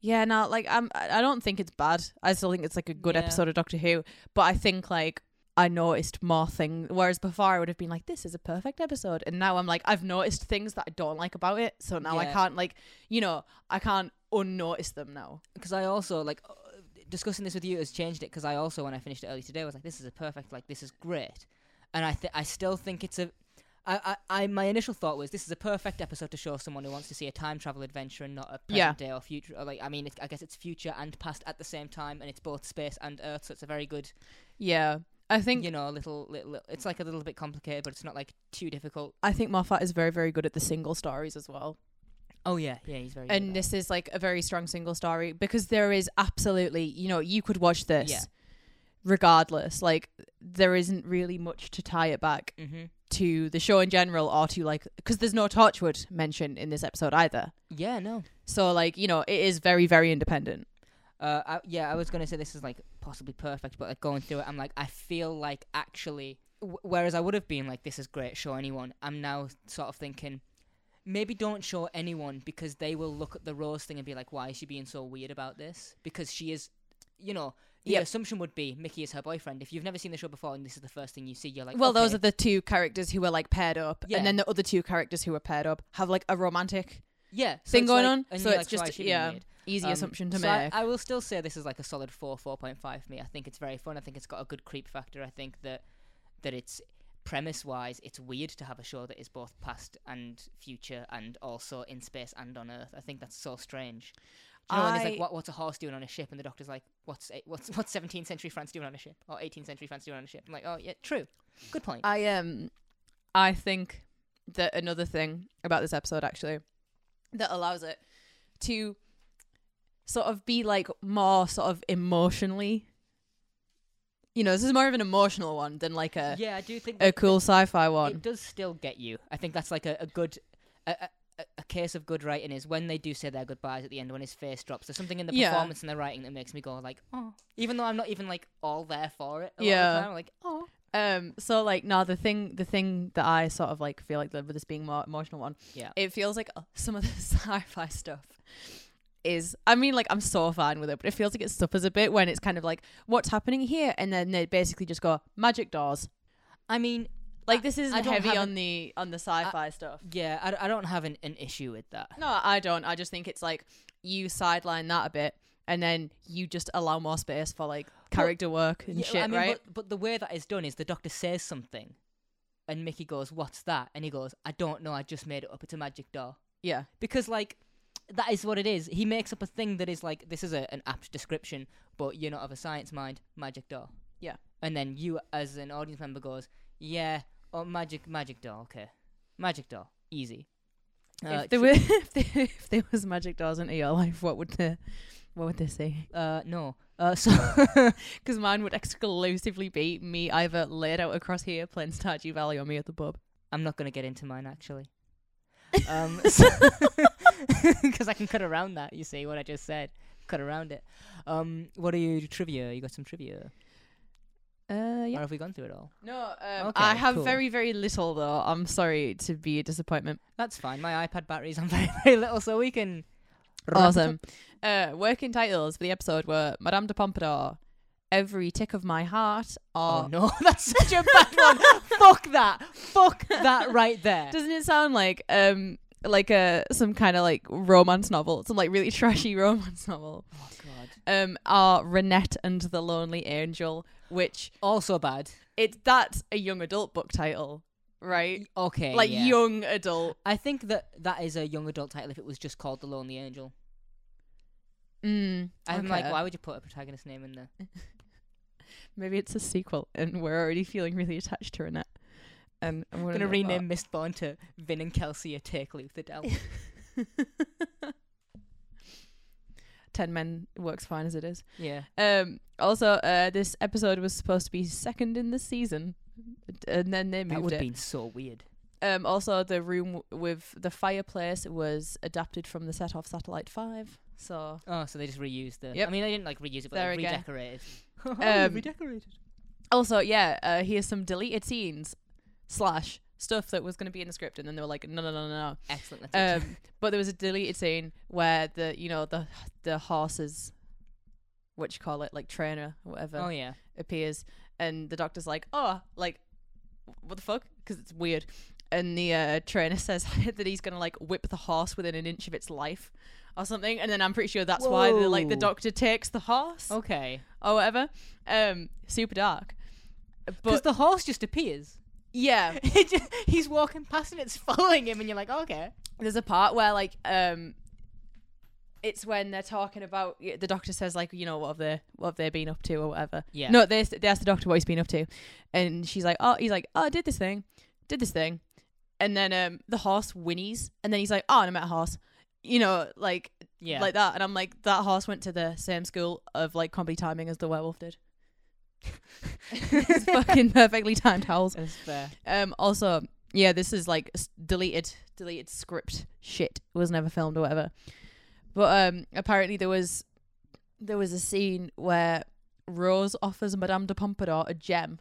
Speaker 1: yeah, no, like I'm I I don't think it's bad. I still think it's like a good
Speaker 2: Yeah.
Speaker 1: episode of Doctor Who, but I think like I noticed more things whereas before I would have been like this is a perfect episode and now I'm like I've noticed things that I don't like about it, so now I
Speaker 2: Yeah.
Speaker 1: can't like, you know, I can't unnotice them now.
Speaker 2: Because I also like uh, discussing this with you has changed it. Because I also when I finished it early today was like, this is a perfect, like this is great, and I th- I still think it's a I, I, I, my initial thought was this is a perfect episode to show someone who wants to see a time travel adventure and not a present
Speaker 1: Yeah.
Speaker 2: day or future. Or like, I mean, it's, I guess it's future and past at the same time, and it's both space and Earth, so it's a very good,
Speaker 1: Yeah. I think
Speaker 2: you know, little, little, It's like a little bit complicated, but it's not like too difficult.
Speaker 1: I think Moffat is very very good at the single stories as well.
Speaker 2: Oh yeah, yeah, he's very. good
Speaker 1: and
Speaker 2: at
Speaker 1: this is like a very strong single story because there is absolutely you know you could watch this
Speaker 2: Yeah.
Speaker 1: regardless like there isn't really much to tie it back
Speaker 2: that. Mhm.
Speaker 1: to the show in general or to like because there's no torchwood mentioned in this episode either
Speaker 2: Yeah, no.
Speaker 1: so like you know it is very very independent
Speaker 2: Uh, I, yeah, I was gonna say this is like possibly perfect, but like going through it, I'm like, I feel like actually, w- whereas I would have been like, this is great, show anyone. I'm now sort of thinking, maybe don't show anyone because they will look at the rose thing and be like, "Why is she being so weird about this?" Because she is, you know, the
Speaker 1: Yep.
Speaker 2: assumption would be Mickey is her boyfriend. If you've never seen the show before and this is the first thing you see, you're like,
Speaker 1: well, those
Speaker 2: "Okay."
Speaker 1: are the two characters who are like paired up,
Speaker 2: Yeah.
Speaker 1: and then the other two characters who are paired up have like a romantic
Speaker 2: yeah so
Speaker 1: thing
Speaker 2: it's
Speaker 1: going
Speaker 2: like-
Speaker 1: on.
Speaker 2: and
Speaker 1: so
Speaker 2: you're
Speaker 1: it's
Speaker 2: like, "Why is
Speaker 1: just
Speaker 2: she being
Speaker 1: yeah,
Speaker 2: weird?"
Speaker 1: easy
Speaker 2: Um,
Speaker 1: assumption to
Speaker 2: so I-
Speaker 1: make.
Speaker 2: I, will still say this is like a solid four, four point five for me. I think it's very fun. I think it's got a good creep factor. I think that that it's premise wise, it's weird to have a show that is both past and future and also in space and on Earth. I think that's so strange. Do you know, when there's
Speaker 1: I-
Speaker 2: like, what, what's a horse doing on a ship? And the doctor's like, what's eight, what's what's 17th century France doing on a ship? Or 18th century France doing on a ship? I'm like, oh yeah, true, good point.
Speaker 1: I um I think that another thing about this episode actually that allows it to sort of be like more sort of emotionally you know, this is more of an emotional one than like a
Speaker 2: yeah, I do think
Speaker 1: a cool sci-fi
Speaker 2: It
Speaker 1: one.
Speaker 2: does still get you. I think that's like a, a good. A, a- a, a case of good writing is when they do say their goodbyes at the end, when his face drops. There's something in the
Speaker 1: Yeah.
Speaker 2: performance and the writing that makes me go like, oh. Even though I'm not even like all there for it. A Lot of
Speaker 1: Yeah.
Speaker 2: the time, I'm like, oh.
Speaker 1: Um so like no the thing the thing that I sort of like feel like the, with this being more emotional one.
Speaker 2: Yeah.
Speaker 1: It feels like uh, some of the sci-fi stuff is I mean like I'm so fine with it, but it feels like it suffers a bit when it's kind of like what's happening here and then they basically just go magic doors.
Speaker 2: I mean,
Speaker 1: Like
Speaker 2: I-
Speaker 1: this isn't
Speaker 2: I don't
Speaker 1: heavy
Speaker 2: have
Speaker 1: on the on the sci-fi stuff.
Speaker 2: yeah, I, d- I don't have an, an issue with that.
Speaker 1: No, I don't. I just think it's like you sideline that a bit, and then you just allow more space for like character work and
Speaker 2: Yeah,
Speaker 1: shit,
Speaker 2: I mean,
Speaker 1: right?
Speaker 2: But, but the way that is done is the doctor says something, and Mickey goes, "What's that?" And he goes, "I don't know. I just made it up. It's a magic door."
Speaker 1: yeah,
Speaker 2: because like that is what it is. He makes up a thing that is like this is a, an apt description, but you're not of a science mind. Magic door.
Speaker 1: Yeah.
Speaker 2: And then you, as an audience member, goes, yeah, oh magic, magic door. Okay, magic door, easy. Uh,
Speaker 1: if, there
Speaker 2: sh-
Speaker 1: were, if, there, if there was magic doors into your life, what would the what would they say?
Speaker 2: uh, no. Uh, so
Speaker 1: Because mine would exclusively be me either laid out across here playing Stardew Valley or me at the pub.
Speaker 2: I'm not gonna get into mine actually, um, because I can cut around that. You see what I just said? Cut around it. Um, what are you trivia? You got some trivia?
Speaker 1: Uh,
Speaker 2: Or
Speaker 1: yeah.
Speaker 2: have we gone through it all?
Speaker 1: No, um,
Speaker 2: Okay,
Speaker 1: I have
Speaker 2: cool.
Speaker 1: very very little though. I'm sorry to be a disappointment.
Speaker 2: That's fine. My iPad battery's on very, very little, so we can. wrap it
Speaker 1: Awesome.
Speaker 2: up.
Speaker 1: Uh, working titles for the episode were Madame de Pompadour, Every Tick of My Heart,
Speaker 2: Oh
Speaker 1: or.
Speaker 2: no, that's such a bad one. Fuck that. Fuck that right there.
Speaker 1: Doesn't it sound like um like a some kind of like romance novel, some like really trashy romance novel?
Speaker 2: oh god.
Speaker 1: Um, are Renette and the Lonely Angel, which
Speaker 2: Also bad.
Speaker 1: it's that's a young adult book title, right?
Speaker 2: Okay.
Speaker 1: Like
Speaker 2: yeah.
Speaker 1: young adult.
Speaker 2: I think that that is a young adult title if it was just called The Lonely Angel.
Speaker 1: Mm,
Speaker 2: I'm
Speaker 1: okay.
Speaker 2: like, why would you put a protagonist name in there?
Speaker 1: Maybe it's a sequel, and we're already feeling really attached to Renette. Um, And I'm
Speaker 2: I'm gonna
Speaker 1: gonna, do that.
Speaker 2: rename Mistborn to Vin and Kelsey a Take Luther Dell.
Speaker 1: Ten men works fine as it is.
Speaker 2: yeah.
Speaker 1: Um, also, uh, this episode was supposed to be second in the season, and then they
Speaker 2: That
Speaker 1: moved
Speaker 2: would
Speaker 1: it.
Speaker 2: have been so weird.
Speaker 1: Um, also, the room w- with the fireplace was adapted from the set off Satellite Five. So,
Speaker 2: Oh, so they just reused the.
Speaker 1: Yep.
Speaker 2: I mean, they didn't like reuse it, but
Speaker 1: There
Speaker 2: they
Speaker 1: again.
Speaker 2: redecorated.
Speaker 1: Um,
Speaker 2: Oh, redecorated.
Speaker 1: also, yeah, uh, here's some deleted scenes slash stuff that was going to be in the script, and then they were like, no, no, no, no, no.
Speaker 2: Excellent. That's it.
Speaker 1: Um, but there was a deleted scene where the you know the the horses, what you call it, like trainer, or whatever.
Speaker 2: oh yeah.
Speaker 1: appears and the doctor's like oh like what the fuck because it's weird and the uh, trainer says that he's gonna like whip the horse within an inch of its life or something and then i'm pretty sure that's why the like
Speaker 2: Whoa.
Speaker 1: the
Speaker 2: Oh.
Speaker 1: doctor takes the horse
Speaker 2: Okay.
Speaker 1: or whatever um super dark
Speaker 2: Because
Speaker 1: but
Speaker 2: the horse just appears.
Speaker 1: yeah
Speaker 2: It ju- he's walking past and it's following him, and you're like, "Oh, okay.
Speaker 1: there's a part where like um it's when they're talking about the doctor says like you know what have they what have they been up to or whatever
Speaker 2: Yeah.
Speaker 1: No, they, they asked the doctor what he's been up to, and she's like, "Oh, he's like, oh, I did this thing, did this thing," and then um, the horse whinnies, and then he's like, "Oh, and I met a horse," you know, like
Speaker 2: Yeah.
Speaker 1: like that, and I'm like, that horse went to the same school of like comedy timing as the werewolf did. it's fucking perfectly timed howls.
Speaker 2: That's fair.
Speaker 1: Um, also, yeah, this is like s- deleted, deleted script shit. It was never filmed or whatever. But um, apparently there was there was a scene where Rose offers Madame de Pompadour a gem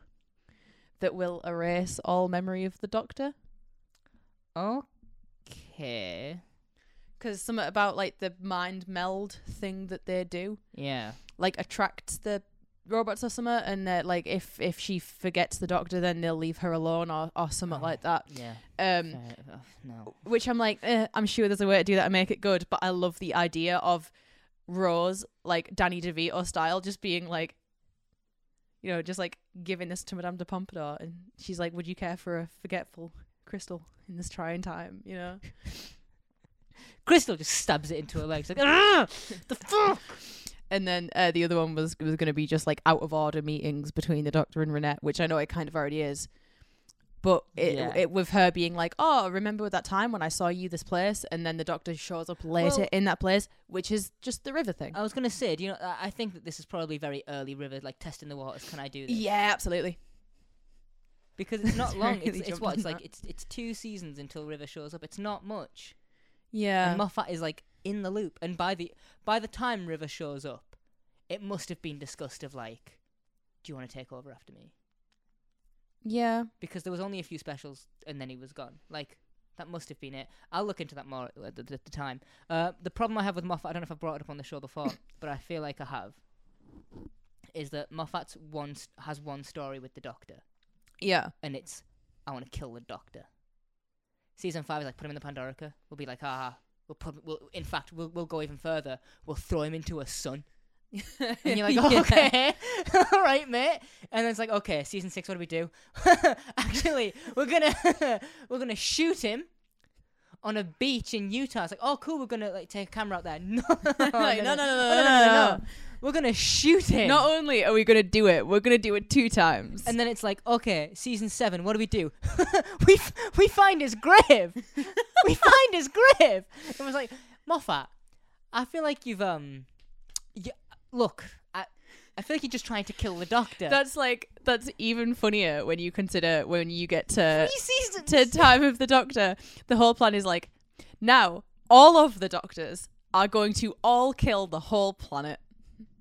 Speaker 1: that will erase all memory of the Doctor.
Speaker 2: Okay. okay.
Speaker 1: because something about like the mind meld thing that they do
Speaker 2: Yeah.
Speaker 1: like attracts the robots or something and uh, like if if she forgets the doctor then they'll leave her alone or, or something
Speaker 2: Oh.
Speaker 1: like that
Speaker 2: Yeah.
Speaker 1: um
Speaker 2: fair enough. no.
Speaker 1: which i'm like eh, i'm sure there's a way to do that and make it good but i love the idea of rose like danny devito style just being like you know just like giving this to madame de pompadour and she's like would you care for a forgetful crystal in this trying time you know
Speaker 2: Crystal just stabs it into her legs like, ah, the fuck.
Speaker 1: And then uh, the other one was was going to be just like out of order meetings between the doctor and Renette, which I know it kind of already is. But it,
Speaker 2: Yeah.
Speaker 1: it with her being like, "Oh, remember that time when I saw you this place?" And then the doctor shows up later
Speaker 2: Well-
Speaker 1: in that place, which is just the river thing.
Speaker 2: I was gonna say, do you know? I I think that this is probably very early River, like testing the waters. Can I do this?
Speaker 1: yeah, absolutely.
Speaker 2: Because it's not
Speaker 1: Sorry,
Speaker 2: long.
Speaker 1: they
Speaker 2: It's, it's
Speaker 1: jumped
Speaker 2: what
Speaker 1: on
Speaker 2: it's like.
Speaker 1: that.
Speaker 2: It's it's two seasons until River shows up. It's not much.
Speaker 1: Yeah,
Speaker 2: and Moffat is like in the loop. And by the by the time River shows up, it must have been discussed of like, do you want to take over after me?
Speaker 1: yeah.
Speaker 2: Because there was only a few specials, and then he was gone. Like that must have been it. I'll look into that more at the, at the time. Uh, the problem I have with Moffat, I don't know if I brought it up on the show before, but I feel like I have, is that Moffat's one s- has one story with the Doctor,
Speaker 1: Yeah,
Speaker 2: and it's I want to kill the Doctor. Season five is like put him in the Pandorica. We'll be like, ah, we'll put, we'll in fact, we'll we'll go even further. We'll throw him into a sun, and you're like,
Speaker 1: Yeah.
Speaker 2: okay, all right, mate. And then it's like, okay, season six, what do we do? Actually, we're gonna we're gonna shoot him on a beach in Utah. It's like, oh, cool, we're gonna like take a camera out there. No,
Speaker 1: Like,
Speaker 2: Oh,
Speaker 1: no, no, no, no, no, no, no.
Speaker 2: We're gonna shoot him.
Speaker 1: Not only are we gonna do it, we're gonna do it two times.
Speaker 2: And then it's like, okay, season seven. What do we do? we f- we find his grave. we find his grave. It was like Moffat. I feel like you've um, you, look. I I feel like you're just trying to kill the Doctor.
Speaker 1: that's like that's even funnier when you consider when you get to
Speaker 2: Three seasons.
Speaker 1: to time of the doctor the whole plan is like now all of the doctors are going to all kill the whole planet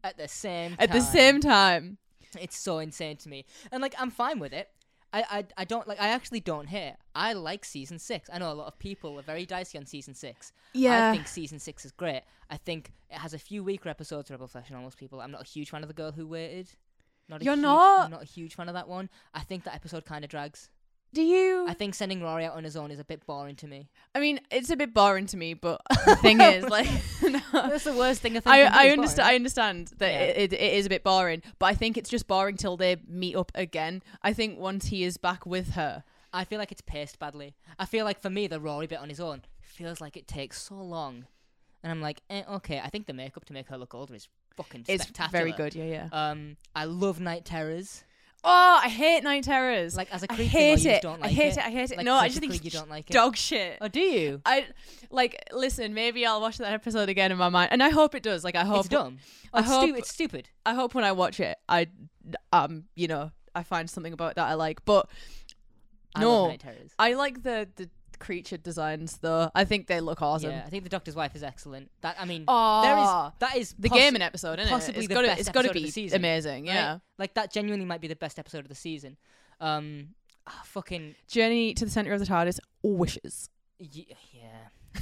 Speaker 2: at the same
Speaker 1: at the
Speaker 2: time.
Speaker 1: same time
Speaker 2: It's so insane to me. And like I'm fine with it. I, I, I don't like I actually don't hate. it. I like season six. I know a lot of people are very dicey on season six.
Speaker 1: Yeah.
Speaker 2: I think season six is great. I think it has a few weaker episodes Rebel Flesh and almost people. I'm not a huge fan of the girl who waited. Not a
Speaker 1: You're
Speaker 2: huge,
Speaker 1: not?
Speaker 2: I'm not a huge fan of that one. I think that episode kind of drags.
Speaker 1: do you
Speaker 2: I think sending Rory out on his own is a bit boring to me.
Speaker 1: i mean it's a bit boring to me but the thing is like no.
Speaker 2: That's the worst thing I think.
Speaker 1: I,
Speaker 2: can do
Speaker 1: I
Speaker 2: is
Speaker 1: understand.
Speaker 2: boring.
Speaker 1: I understand that
Speaker 2: Yeah.
Speaker 1: it, it, it is a bit boring, but I think it's just boring till they meet up again. I think once he is back with her,
Speaker 2: I feel like it's paced badly. I feel like for me, the Rory bit on his own feels like it takes so long. And I'm like, eh, okay, I think the makeup to make her look older is fucking
Speaker 1: it's
Speaker 2: spectacular.
Speaker 1: very good. Yeah, yeah.
Speaker 2: Um, I love Night Terrors.
Speaker 1: Oh, I hate night terrors.
Speaker 2: Like, as a
Speaker 1: I
Speaker 2: creep,
Speaker 1: hate
Speaker 2: you
Speaker 1: it.
Speaker 2: just don't
Speaker 1: I
Speaker 2: like
Speaker 1: hate
Speaker 2: it.
Speaker 1: it. I hate it.
Speaker 2: Like,
Speaker 1: no, I just think
Speaker 2: critically,
Speaker 1: it's
Speaker 2: you don't
Speaker 1: just
Speaker 2: like it.
Speaker 1: dog shit.
Speaker 2: Oh, do you?
Speaker 1: I like listen. Maybe I'll watch that episode again in my mind, and I hope it does. Like I hope
Speaker 2: it's dumb.
Speaker 1: I
Speaker 2: it's, stu-
Speaker 1: hope-
Speaker 2: it's stupid.
Speaker 1: I hope when I watch it, I um you know I find something about that I like. But
Speaker 2: I
Speaker 1: No.
Speaker 2: love Night Terrors.
Speaker 1: I like the the creature designs though. I think they look awesome.
Speaker 2: Yeah, I think the Doctor's Wife is excellent. That I mean, there
Speaker 1: Oh,
Speaker 2: is that is
Speaker 1: the
Speaker 2: possi-
Speaker 1: gaming episode, isn't
Speaker 2: possibly
Speaker 1: it? It's
Speaker 2: the
Speaker 1: gotta,
Speaker 2: best
Speaker 1: it's gotta
Speaker 2: episode of the
Speaker 1: be
Speaker 2: season,
Speaker 1: amazing.
Speaker 2: right?
Speaker 1: Yeah.
Speaker 2: Like that genuinely might be the best episode of the season. Um, ah, fucking
Speaker 1: Journey to the center of the TARDIS. Wishes.
Speaker 2: Ye- yeah.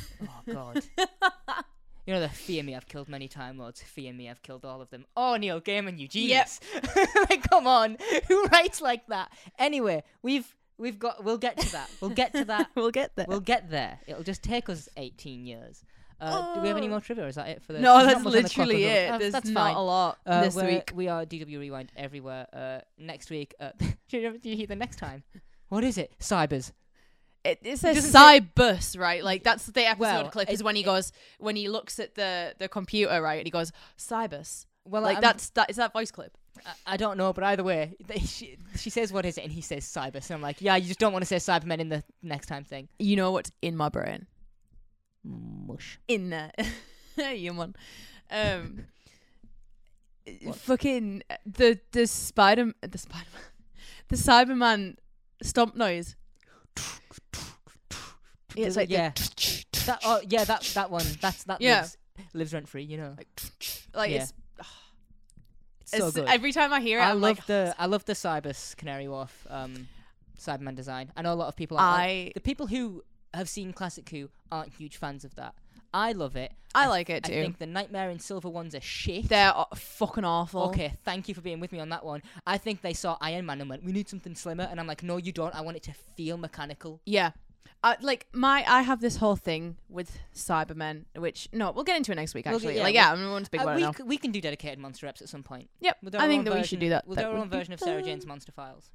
Speaker 2: Oh God. you know the fear me. I've killed many time lords. Fear me. I've killed all of them. Oh Neil Gaiman, you genius. like come on, who writes like that? Anyway, we've we've got. We'll get to that. We'll get to that.
Speaker 1: we'll get there.
Speaker 2: we'll get there. It'll just take us 18 years. Uh, Do we have any
Speaker 1: Oh.
Speaker 2: more trivia? or Is that it for the?
Speaker 1: no,
Speaker 2: there's not
Speaker 1: that's
Speaker 2: much on the clock,
Speaker 1: literally
Speaker 2: is there?
Speaker 1: it.
Speaker 2: Uh,
Speaker 1: There's
Speaker 2: that's
Speaker 1: not
Speaker 2: fine.
Speaker 1: a lot
Speaker 2: Uh,
Speaker 1: this
Speaker 2: we're-
Speaker 1: week.
Speaker 2: we are DW Rewind everywhere. Uh, next week, uh, do you do you hear the next time? What is it? Cybers.
Speaker 1: It, it says
Speaker 2: doesn't
Speaker 1: Cybus, right? Like that's the episode
Speaker 2: Well,
Speaker 1: clip
Speaker 2: it-
Speaker 1: is when he
Speaker 2: it-
Speaker 1: goes when he looks at the the computer, right? And he goes Cybus.
Speaker 2: Well,
Speaker 1: like
Speaker 2: I'm-
Speaker 1: that's that is that voice clip.
Speaker 2: I- I don't know, but either way, they, she, she says what is it, and he says Cybers, and I'm like, yeah, you just don't want to say Cybermen in the next time thing.
Speaker 1: You know what's in my brain?
Speaker 2: Mush.
Speaker 1: In there, you one. Um, fucking the the spider the spider the Cyberman stomp noise. Yeah, it's like the-
Speaker 2: yeah, that, oh yeah, that that one, that's that
Speaker 1: Yeah.
Speaker 2: lives, lives rent free, you know.
Speaker 1: like
Speaker 2: Yeah.
Speaker 1: it's,
Speaker 2: It's so
Speaker 1: it's
Speaker 2: good.
Speaker 1: every time I hear it,
Speaker 2: I
Speaker 1: I'm
Speaker 2: love
Speaker 1: like,
Speaker 2: the I love the Cybers Canary Wharf um, Cyberman design. I know a lot of people. Are,
Speaker 1: I
Speaker 2: the people who have seen Classic Who aren't huge fans of that. I love it.
Speaker 1: I like it
Speaker 2: I
Speaker 1: too.
Speaker 2: think the Nightmare in Silver ones are shit.
Speaker 1: They're aw- fucking awful.
Speaker 2: Okay, thank you for being with me on that one. I think they saw Iron Man and went, "We need something slimmer," and I'm like, "No, you don't. I want it to feel mechanical."
Speaker 1: Yeah. I, like my, I have this whole thing with Cybermen, which no, we'll get into it next week.
Speaker 2: We'll
Speaker 1: Actually,
Speaker 2: get- yeah,
Speaker 1: like yeah, everyone's big
Speaker 2: Uh,
Speaker 1: one
Speaker 2: we
Speaker 1: now.
Speaker 2: c- we can do dedicated monster reps at some point.
Speaker 1: Yep,
Speaker 2: We'll do
Speaker 1: I
Speaker 2: our
Speaker 1: think
Speaker 2: own
Speaker 1: that we should
Speaker 2: version-
Speaker 1: do that.
Speaker 2: We'll
Speaker 1: That
Speaker 2: do our
Speaker 1: would
Speaker 2: own
Speaker 1: be
Speaker 2: version of Sarah
Speaker 1: fun.
Speaker 2: Jane's Monster Files.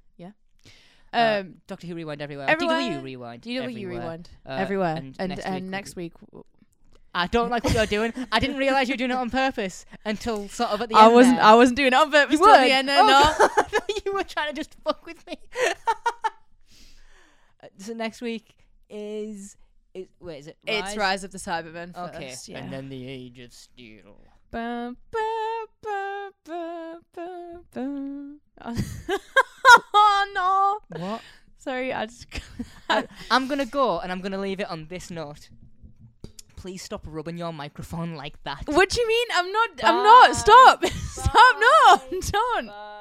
Speaker 2: uh,
Speaker 1: Um,
Speaker 2: Doctor Who Rewind everywhere.
Speaker 1: everywhere.
Speaker 2: DW Rewind.
Speaker 1: DW
Speaker 2: everywhere.
Speaker 1: rewind
Speaker 2: Uh,
Speaker 1: everywhere, and and
Speaker 2: next
Speaker 1: next,
Speaker 2: week we'll do-
Speaker 1: week, w-
Speaker 2: I don't like what you're doing. I didn't realize you were doing it on purpose until sort of at the
Speaker 1: I
Speaker 2: end.
Speaker 1: wasn't,
Speaker 2: there.
Speaker 1: I wasn't doing it on purpose.
Speaker 2: You
Speaker 1: till the
Speaker 2: would?
Speaker 1: end, no,
Speaker 2: Oh,
Speaker 1: no.
Speaker 2: God, you were trying to just fuck with me. Uh, so next week is is wait is it?
Speaker 1: It's Rise of the Cybermen. First,
Speaker 2: Okay,
Speaker 1: yeah.
Speaker 2: and then the Age of Steel.
Speaker 1: Bum, bum, bum, bum, bum, bum. oh no!
Speaker 2: What?
Speaker 1: Sorry, I just.
Speaker 2: I'm gonna go and I'm gonna leave it on this note. Please stop rubbing your microphone like that.
Speaker 1: what do you mean? I'm not. I'm not. Stop. Stop. No, don't.
Speaker 2: Bye.